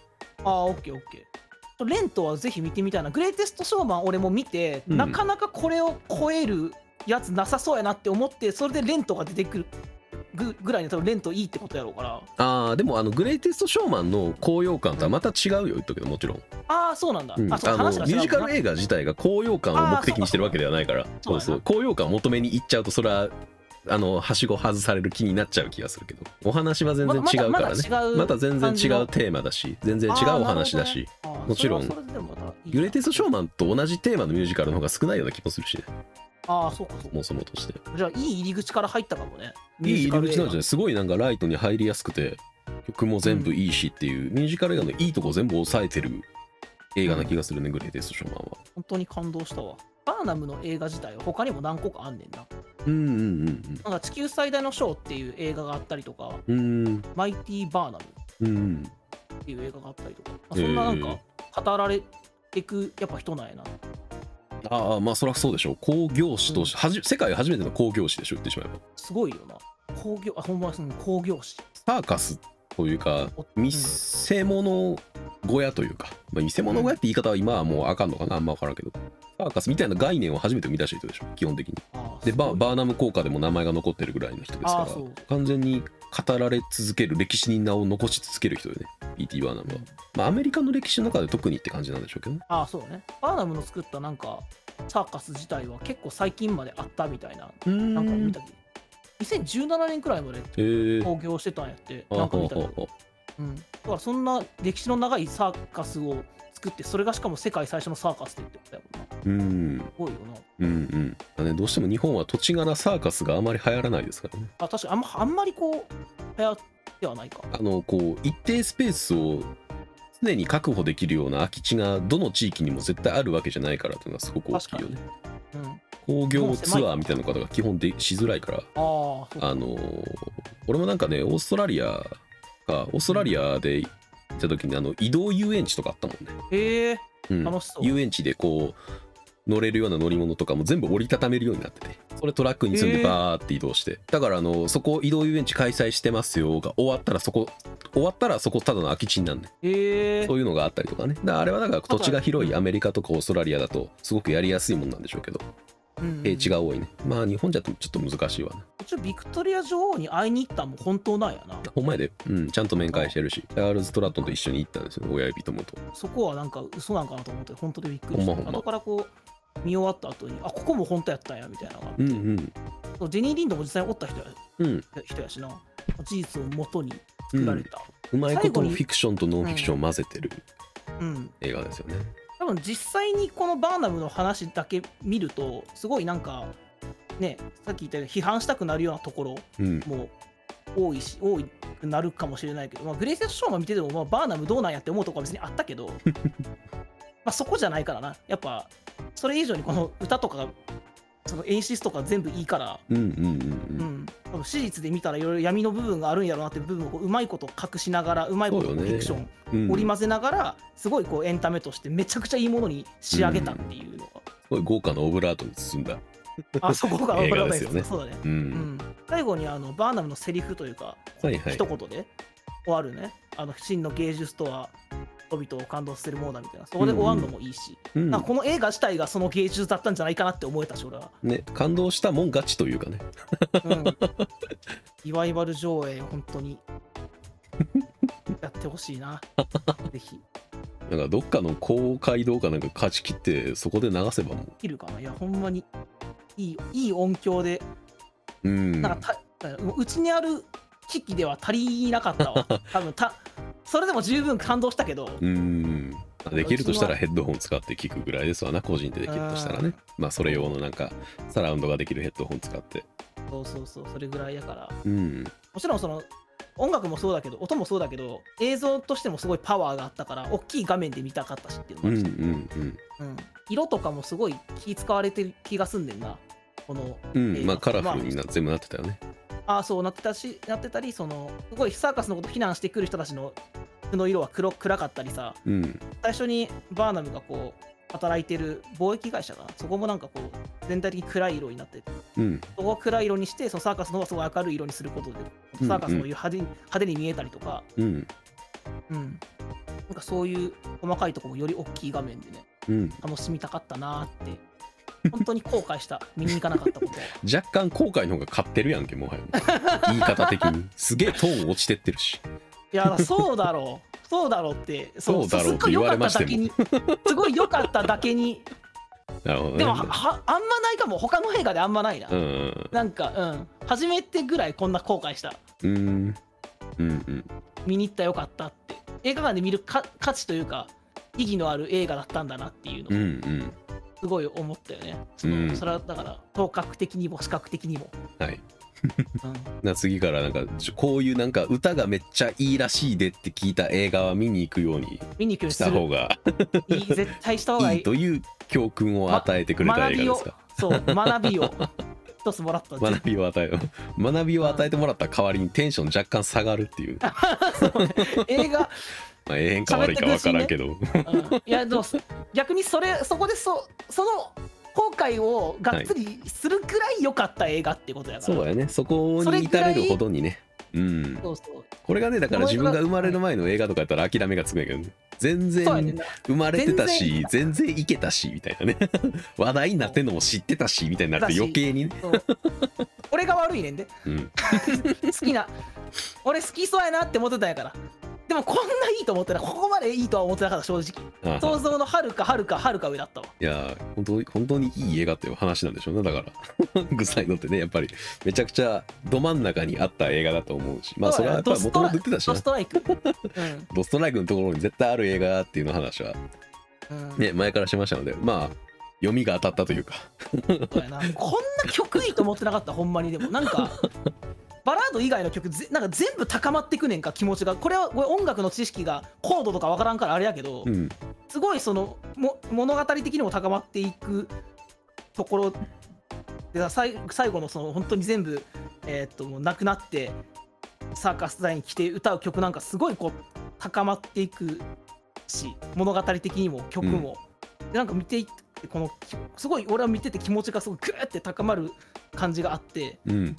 Speaker 2: ああオッケーオッケーレントはぜひ見てみたいなグレイテストショーマン俺も見て、
Speaker 1: うん
Speaker 2: なかなかこれを超えるやつなさそうやなって思ってそれでレントが出てくるぐぐらいに多分レントいいってことやろうから
Speaker 1: あーでもあのグレイテストショーマンの高揚感とはまた違うよ言っとくけどもちろん、
Speaker 2: ああそうなんだ、
Speaker 1: うんあ
Speaker 2: あそう
Speaker 1: の
Speaker 2: 話が違う
Speaker 1: ミュージカル映画自体が高揚感を目的にしてるわけではないから
Speaker 2: そ
Speaker 1: そうう
Speaker 2: そ
Speaker 1: そうう高揚感を求めに行っちゃうとそれはあのはしご外される気になっちゃう気がするけどお話は全然
Speaker 2: ま
Speaker 1: 違うからね
Speaker 2: まだ違う
Speaker 1: また全然違
Speaker 2: 感
Speaker 1: うテーマだし全然違
Speaker 2: あ
Speaker 1: う
Speaker 2: ー
Speaker 1: お話だし、
Speaker 2: じのあー
Speaker 1: もちろん
Speaker 2: それはそれでまたいいな
Speaker 1: ユレテス・ショーマンと同じテーマのミュージカルの方が少ないような気もするしね
Speaker 2: ああそうかそう
Speaker 1: もうそもとして
Speaker 2: かじゃあいい入り口から入ったかもね
Speaker 1: いい入り口なんじゃないいすごいなんかライトに入りやすくて曲も全部いいしっていう、ミュージカル映画のいいとこ全部抑えてる映画な気がするね、グレーテスト・ショーマンは
Speaker 2: 本当に感動したわバーナムの映画自体は他にも何個かあんねんな
Speaker 1: うんうんうん
Speaker 2: なんか地球最大のショーっていう映画があったりとか
Speaker 1: うんうん
Speaker 2: マイティバーナム
Speaker 1: うんうん
Speaker 2: っていう映画があったりとか、まあそんななんか語られてくやっぱ人なんやな、
Speaker 1: ああまあそりゃそうでしょう興行師として、はじ世界初めての興行師でしょ言ってしまえば
Speaker 2: すごいよな工業あほんまにその工業師
Speaker 1: サーカスというか
Speaker 2: お
Speaker 1: 見せ物小屋というか、まあ、見せ物小屋って言い方は今はもうあかんのかなあんま分からんけどサーカスみたいな概念を初めて生み出した人でしょ基本的に
Speaker 2: あー
Speaker 1: です
Speaker 2: ごい
Speaker 1: バーバーナム効果でも名前が残ってるぐらいの人です
Speaker 2: あ
Speaker 1: か
Speaker 2: ーそう
Speaker 1: ら完全に語られ続ける歴史に名を残し続ける人よね E.T. バーナムは、まあ、アメリカの歴史の中で特にって感じなんでしょうけどね
Speaker 2: ああそうねバーナムの作ったなんかサーカス自体は結構最近まであったみたいな
Speaker 1: な
Speaker 2: なんか見たけど2017年くらいまで
Speaker 1: えー、
Speaker 2: 興行してたんやって
Speaker 1: あ
Speaker 2: なんか見たけ
Speaker 1: あ
Speaker 2: どうん、だからそんな歴史の長いサーカスを作ってそれがしかも世界最初のサーカスって言ってたよな
Speaker 1: うん
Speaker 2: すごいよな
Speaker 1: うんうん、ね、どうしても日本は土地柄サーカスがあまり流行らないですからね
Speaker 2: あ確かにあん,、まあんまりこう流行ってはないか
Speaker 1: あのこう一定スペースを常に確保できるような空き地がどの地域にも絶対あるわけじゃないからというのはすごく大きいよね
Speaker 2: うんあ
Speaker 1: 工業ツアーみたいなことが基本でしづらいから
Speaker 2: あそうか
Speaker 1: あのー俺もなんかねオーストラリアかオーストラリアで行った時にあの移動遊園地とかあったもんね、
Speaker 2: へえ
Speaker 1: うん
Speaker 2: 楽しそう
Speaker 1: 遊園地でこう乗れるような乗り物とかも全部折りたためるようになっててそれトラックに積ん
Speaker 2: へ
Speaker 1: で
Speaker 2: え
Speaker 1: バーって移動して、だからあのそこ移動遊園地開催してますよが終わったらそこ終わったらそこただの空き地になんね
Speaker 2: へえ
Speaker 1: そういうのがあったりとかねだからあれはなんか土地が広いアメリカとかオーストラリアだとすごくやりやすいもんなんでしょうけど平地
Speaker 2: うん
Speaker 1: が多いねまあ日本じゃちょっと難しいわね
Speaker 2: 一応ビクトリア女王に会いに行ったんも本当なんやな
Speaker 1: ほんまやで、うん、ちゃんと面会してるし、チャールズ・トラットンと一緒に行ったんですよ、親指友と。
Speaker 2: そこはなんか嘘なんかなと思って本当でびっくりした
Speaker 1: ほんまほんま
Speaker 2: 後からこう見終わった後にあここも本当やったんやみたいなのがあって
Speaker 1: うんうん。
Speaker 2: そうジェニー・リンドンも実際におった人や
Speaker 1: うん、
Speaker 2: 人やしな事実を元に作られた、
Speaker 1: うまいこ
Speaker 2: 最後
Speaker 1: と
Speaker 2: に
Speaker 1: フィクションとノンフィクションを混ぜてる
Speaker 2: うん、
Speaker 1: 映画ですよね。
Speaker 2: 多分実際にこのバーナムの話だけ見るとすごいなんかねさっき言ったように批判したくなるようなところ
Speaker 1: うん、
Speaker 2: も多いし多くなるかもしれないけど、まあ、グレイセス・ショーマン見てても、まあ、バーナムどうなんやって思うとこは別にあった
Speaker 1: *laughs*
Speaker 2: けどまあそこじゃないからなやっぱそれ以上にこの歌とかがその演出とか全部いいから、
Speaker 1: うん、うん、うん
Speaker 2: う
Speaker 1: うん。
Speaker 2: ん、多分史実で見たらいろいろ闇の部分があるんやろうなって部分をこううまいこと隠しながらうまいことこう
Speaker 1: そう
Speaker 2: フ
Speaker 1: よね
Speaker 2: ィクション
Speaker 1: うん、
Speaker 2: 織り
Speaker 1: す
Speaker 2: 交ぜながらすごいこうエンタメとしてめちゃくちゃいいものに仕上げたっていう
Speaker 1: *laughs*
Speaker 2: のが、
Speaker 1: ごい豪華なオブラートに包んだ。
Speaker 2: あそこが
Speaker 1: 映画ですよね
Speaker 2: そうだね、
Speaker 1: うん。
Speaker 2: うん、最後にあのバーナムのセリフというか
Speaker 1: はいはい
Speaker 2: 一。言で終わるね、あの真の芸術とは人々を感動するものだみたいなそこで終わるのもいいし、
Speaker 1: うん
Speaker 2: なんかこの映画自体がその芸術だったんじゃないかなって思えたし俺は、
Speaker 1: ね、感動したもん勝ちというかね。 *laughs*
Speaker 2: うん、リバイバル上映本当に *laughs* やってほしいなぜひ
Speaker 1: なんかどっかの公会堂かなんか勝ち切って、そこで流せばもう。
Speaker 2: いるかないやほんまにいいいい音響で
Speaker 1: うん。
Speaker 2: なんかた、うちにある機器では足りなかったわ多分たそれでも十分感動したけど、
Speaker 1: うんできるとしたらヘッドホン使って聞くぐらいですわな個人でできるとしたらねまあそれ用のなんかサラウンドができるヘッドホン使って
Speaker 2: そうそうそうそれぐらいやから
Speaker 1: うん
Speaker 2: もちろんその音楽もそうだけど音もそうだけど映像としてもすごいパワーがあったから大きい画面で見たかったしっていうの
Speaker 1: うんう
Speaker 2: もあ
Speaker 1: ん
Speaker 2: るし
Speaker 1: うん
Speaker 2: うん色とかもすごい気使われてる気がすんでんなこの
Speaker 1: うん、
Speaker 2: 映画
Speaker 1: まあカラフルにな全部なってたよね
Speaker 2: ああそうなってたしなってたりそのすごいサーカスのこと非難してくる人たちの服の色は黒暗かったりさ
Speaker 1: うん
Speaker 2: 最初にバーナムがこう働いてる貿易会社がそこもなんかこう全体的に暗い色になってて
Speaker 1: うん
Speaker 2: そこを暗い色にしてそのサーカスの方はすごい明るい色にすることで
Speaker 1: うん
Speaker 2: サーカスの派手に派手に見えたりとか、
Speaker 1: うん
Speaker 2: うん、なんかそういう細かいとこもより大きい画面でね
Speaker 1: うん
Speaker 2: 楽しみたかったなーって本当に後悔した見に行かなかったこと
Speaker 1: 若干後悔の方が勝ってるやんけも *laughs* はや言い方的にすげえトーン落ちてってるし
Speaker 2: いやそうだろうそうだろうっての
Speaker 1: そうだろうって言われましても
Speaker 2: すごい良かっただけにすごい良かっただけに
Speaker 1: なるほどね
Speaker 2: でもははあんまないかも他の映画であんまないな、
Speaker 1: うん
Speaker 2: なんかうん初めてぐらいこんな後悔した
Speaker 1: うんうんうん
Speaker 2: 見に行ったらよかったって映画館で見るか価値というか意義のある映画だったんだなっていう
Speaker 1: うんう
Speaker 2: のを
Speaker 1: ん
Speaker 2: すごい思ったよね、そ
Speaker 1: うん
Speaker 2: のそれはだから等角的にも視覚的にも、
Speaker 1: はい
Speaker 2: うん、
Speaker 1: な次からなんかちょこういうなんか歌がめっちゃいいらしいでって聞いた映画は見に行くように
Speaker 2: 見に行くように
Speaker 1: し
Speaker 2: す
Speaker 1: た方
Speaker 2: る
Speaker 1: が
Speaker 2: いい絶対した方がい
Speaker 1: い
Speaker 2: い
Speaker 1: いという教訓を与えてくれた
Speaker 2: 学
Speaker 1: 映
Speaker 2: び
Speaker 1: 画で
Speaker 2: を
Speaker 1: すか
Speaker 2: そう学びを一つもらった
Speaker 1: *laughs* 学びを与える学びを与えてもらった代わりにテンション若干下がるっていう
Speaker 2: 映画、
Speaker 1: まあええんか悪いか分からんけど
Speaker 2: うん、いやでも逆にそれそこでそその後悔をがっつりするくらい良かった映画ってことやから、
Speaker 1: そう *laughs* やねそこ
Speaker 2: それ
Speaker 1: に
Speaker 2: ぐ
Speaker 1: 至
Speaker 2: ら
Speaker 1: れ
Speaker 2: い
Speaker 1: るほどにねうん
Speaker 2: そうそう
Speaker 1: これがねだから自分が生まれる前の映画とかやったら諦めがつくんやけどね全
Speaker 2: そうやねん
Speaker 1: 然
Speaker 2: な
Speaker 1: 生まれてたし全然いけたしみたいなね *laughs* 話題になってんのも知ってたしみたいになると余計にね *laughs*
Speaker 2: そう俺が悪いねんで
Speaker 1: うん
Speaker 2: 好きな俺好きそうやなって思ってたんやからでもこんないいと思ってたここまでいいとは思ってなかった正直
Speaker 1: あ
Speaker 2: 想
Speaker 1: あ
Speaker 2: 像のはるかはるかはるか上だったわ
Speaker 1: いやー本当に本当にいい映画っていう話なんでしょうねだから *laughs* グサイドってねやっぱりめちゃくちゃど真ん中にあった映画だと思うしまあそれはやっぱりもともと言ってたし
Speaker 2: ド
Speaker 1: な
Speaker 2: ストライク、うん
Speaker 1: ドストライクのところに絶対ある映画っていうの話は
Speaker 2: うん
Speaker 1: ね前からしてましたのでまあ読みが当たったというか
Speaker 2: そうやなこんな曲いいと思ってなかったほんまにでもなんかバラード以外の曲ぜなんか全部高まってくねんか気持ちがこれはこれ音楽の知識がコードとかわからんからあれやけど、
Speaker 1: うん
Speaker 2: すごいそのも物語的にも高まっていくところでさ最最後のその本当に全部、えーっともうなくなってサーカス隊に来て歌う曲なんかすごいこう高まっていくし物語的にも曲も、でなんか見ていってこのきすごい俺は見てて気持ちがすごいグーって高まる感じがあって
Speaker 1: うん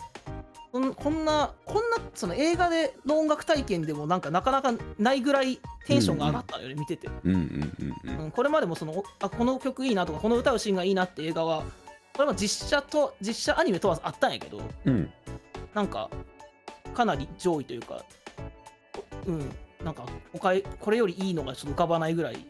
Speaker 2: そんこんなこんなその映画での音楽体験でもなんかなかなかないぐらいテンションが上がったのよね、見てて。
Speaker 1: うんうんうん
Speaker 2: うん、これまでもそのおあこの曲いいなとかこの歌うシーンがいいなって映画はこれは実写と実写アニメとはあったんやけど
Speaker 1: うんうん
Speaker 2: なんかかなり上位というかおうんなんかおかえこれよりいいのがちょっと浮かばないぐらい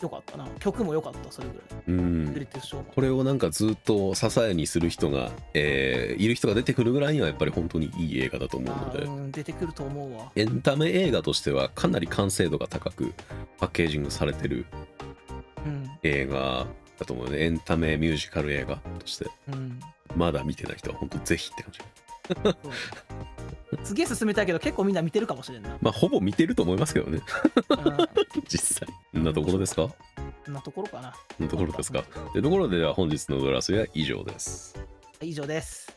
Speaker 2: 良かったな曲も良かったそれぐらい
Speaker 1: うん
Speaker 2: グレッテスショーマン
Speaker 1: これをなんかずっと支えにする人が、えーいる人が出てくるぐらいにはやっぱり本当にいい映画だと思う
Speaker 2: あ
Speaker 1: ので
Speaker 2: ーうん出てくると思うわ
Speaker 1: エンタメ映画としてはかなり完成度が高くパッケージングされてる
Speaker 2: うん
Speaker 1: 映画だと思うねエンタメミュージカル映画として
Speaker 2: うん
Speaker 1: まだ見てない人は本当ぜひって感じ
Speaker 2: そうすげえ進めたいけど結構みんな見てるかもしれんな、
Speaker 1: まあほぼ見てると思いますけどね *laughs*
Speaker 2: うん、
Speaker 1: 実際そんなところですか
Speaker 2: そんなところかな
Speaker 1: そ *laughs* んなところですかというところででは本日のドラスは以上です
Speaker 2: *laughs* 以上です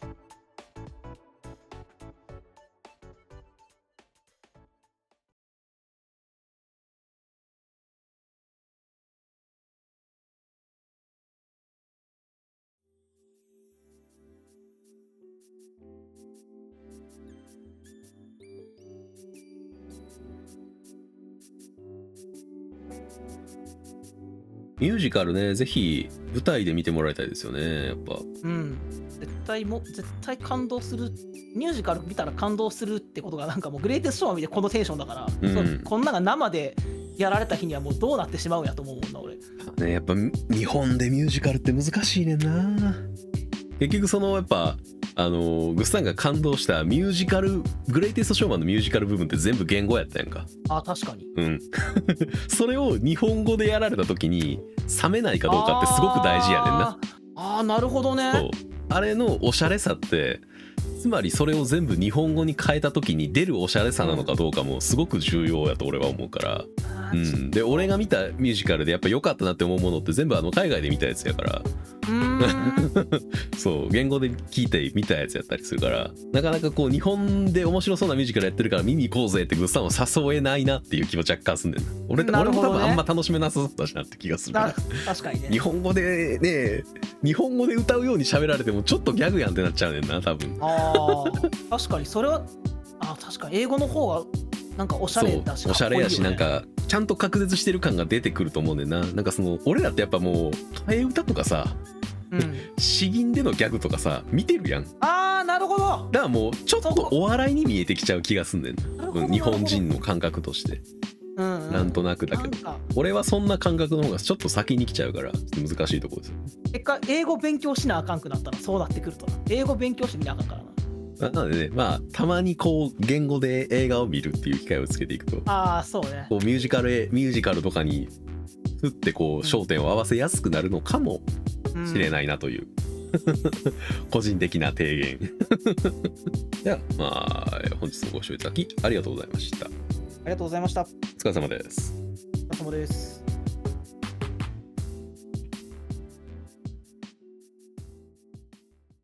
Speaker 1: ミュージカルねぜひ舞台で見てもらいたいですよねやっぱ
Speaker 2: うん、絶対も絶対感動するミュージカル見たら感動するってことがなんかもうグレイテストショーを見てこのテンションだから、
Speaker 1: うん
Speaker 2: そうこんなが生でやられた日にはもうどうなってしまうんやと思うもんな俺
Speaker 1: ねやっぱみ日本でミュージカルって難しいねんな結局そのやっぱあのグッさんが感動したミュージカルグレイテストショーマンのミュージカル部分って全部言語やったやんか
Speaker 2: あ確かに
Speaker 1: うん *laughs* それを日本語でやられた時に冷めないかどうかってすごく大事やねんな
Speaker 2: あーあーなるほどね
Speaker 1: そうあれのおしゃれさってつまりそれを全部日本語に変えた時に出るおしゃれさなのかどうかもすごく重要やと俺は思うから、
Speaker 2: あ
Speaker 1: う
Speaker 2: ーち
Speaker 1: ん、で俺が見たミュージカルでやっぱ良かったなって思うものって全部あの海外で見たやつやから
Speaker 2: う
Speaker 1: *laughs*
Speaker 2: ーん
Speaker 1: そう言語で聞いて見たやつやったりするからなかなかこう日本で面白そうなミュージカルやってるから見に行こうぜってグッさんは誘えないなっていう気も若干すんねんな俺
Speaker 2: な
Speaker 1: 俺
Speaker 2: る
Speaker 1: も
Speaker 2: ほど
Speaker 1: 多
Speaker 2: ね
Speaker 1: 分あんま楽しめなさそうだしなって気がする
Speaker 2: な確かに
Speaker 1: 日
Speaker 2: ね
Speaker 1: 本語でね日本語で歌うように喋られてもちょっとギャグやんってなっちゃうねんな多分
Speaker 2: あー確かにそれはあー確かに英語の方がなんかおしゃ
Speaker 1: そ
Speaker 2: れ
Speaker 1: う
Speaker 2: だし
Speaker 1: おしゃれやし
Speaker 2: か
Speaker 1: な
Speaker 2: っ
Speaker 1: ん
Speaker 2: こいいよね
Speaker 1: かちゃんと隔絶してる感が出てくると思うねんななんかその俺らってやっぱもう替え歌とかさ
Speaker 2: うん、
Speaker 1: 詩吟でのギャグとかさ見てるやんだ
Speaker 2: ああなるほど
Speaker 1: からもうちょっとお笑いに見えてきちゃう気がすんねん
Speaker 2: なるほど
Speaker 1: うん日本人の感覚として
Speaker 2: うんうん
Speaker 1: なんとなくだ
Speaker 2: な
Speaker 1: け
Speaker 2: ん
Speaker 1: ど
Speaker 2: か
Speaker 1: 俺はそんな感覚の方がちょっと先に来ちゃうから難しいところですよ
Speaker 2: 結果英語勉強しなあかんくなったらそうなってくるとな英語勉強してみなあかんからな
Speaker 1: ななのでねまあたまにこう言語で映画を見るっていう機会をつけていくと
Speaker 2: ああそうね
Speaker 1: こうミュージカルへミュージカルとかにふってこう焦点を合わせやすくなるのかもしれ
Speaker 2: い、
Speaker 1: ないなという、 *laughs* 個人的な提言 *laughs* ではまあ本日もご視聴いただきありがとうございました
Speaker 2: うんありがとうございました
Speaker 1: お疲れ様です
Speaker 2: お疲れ様です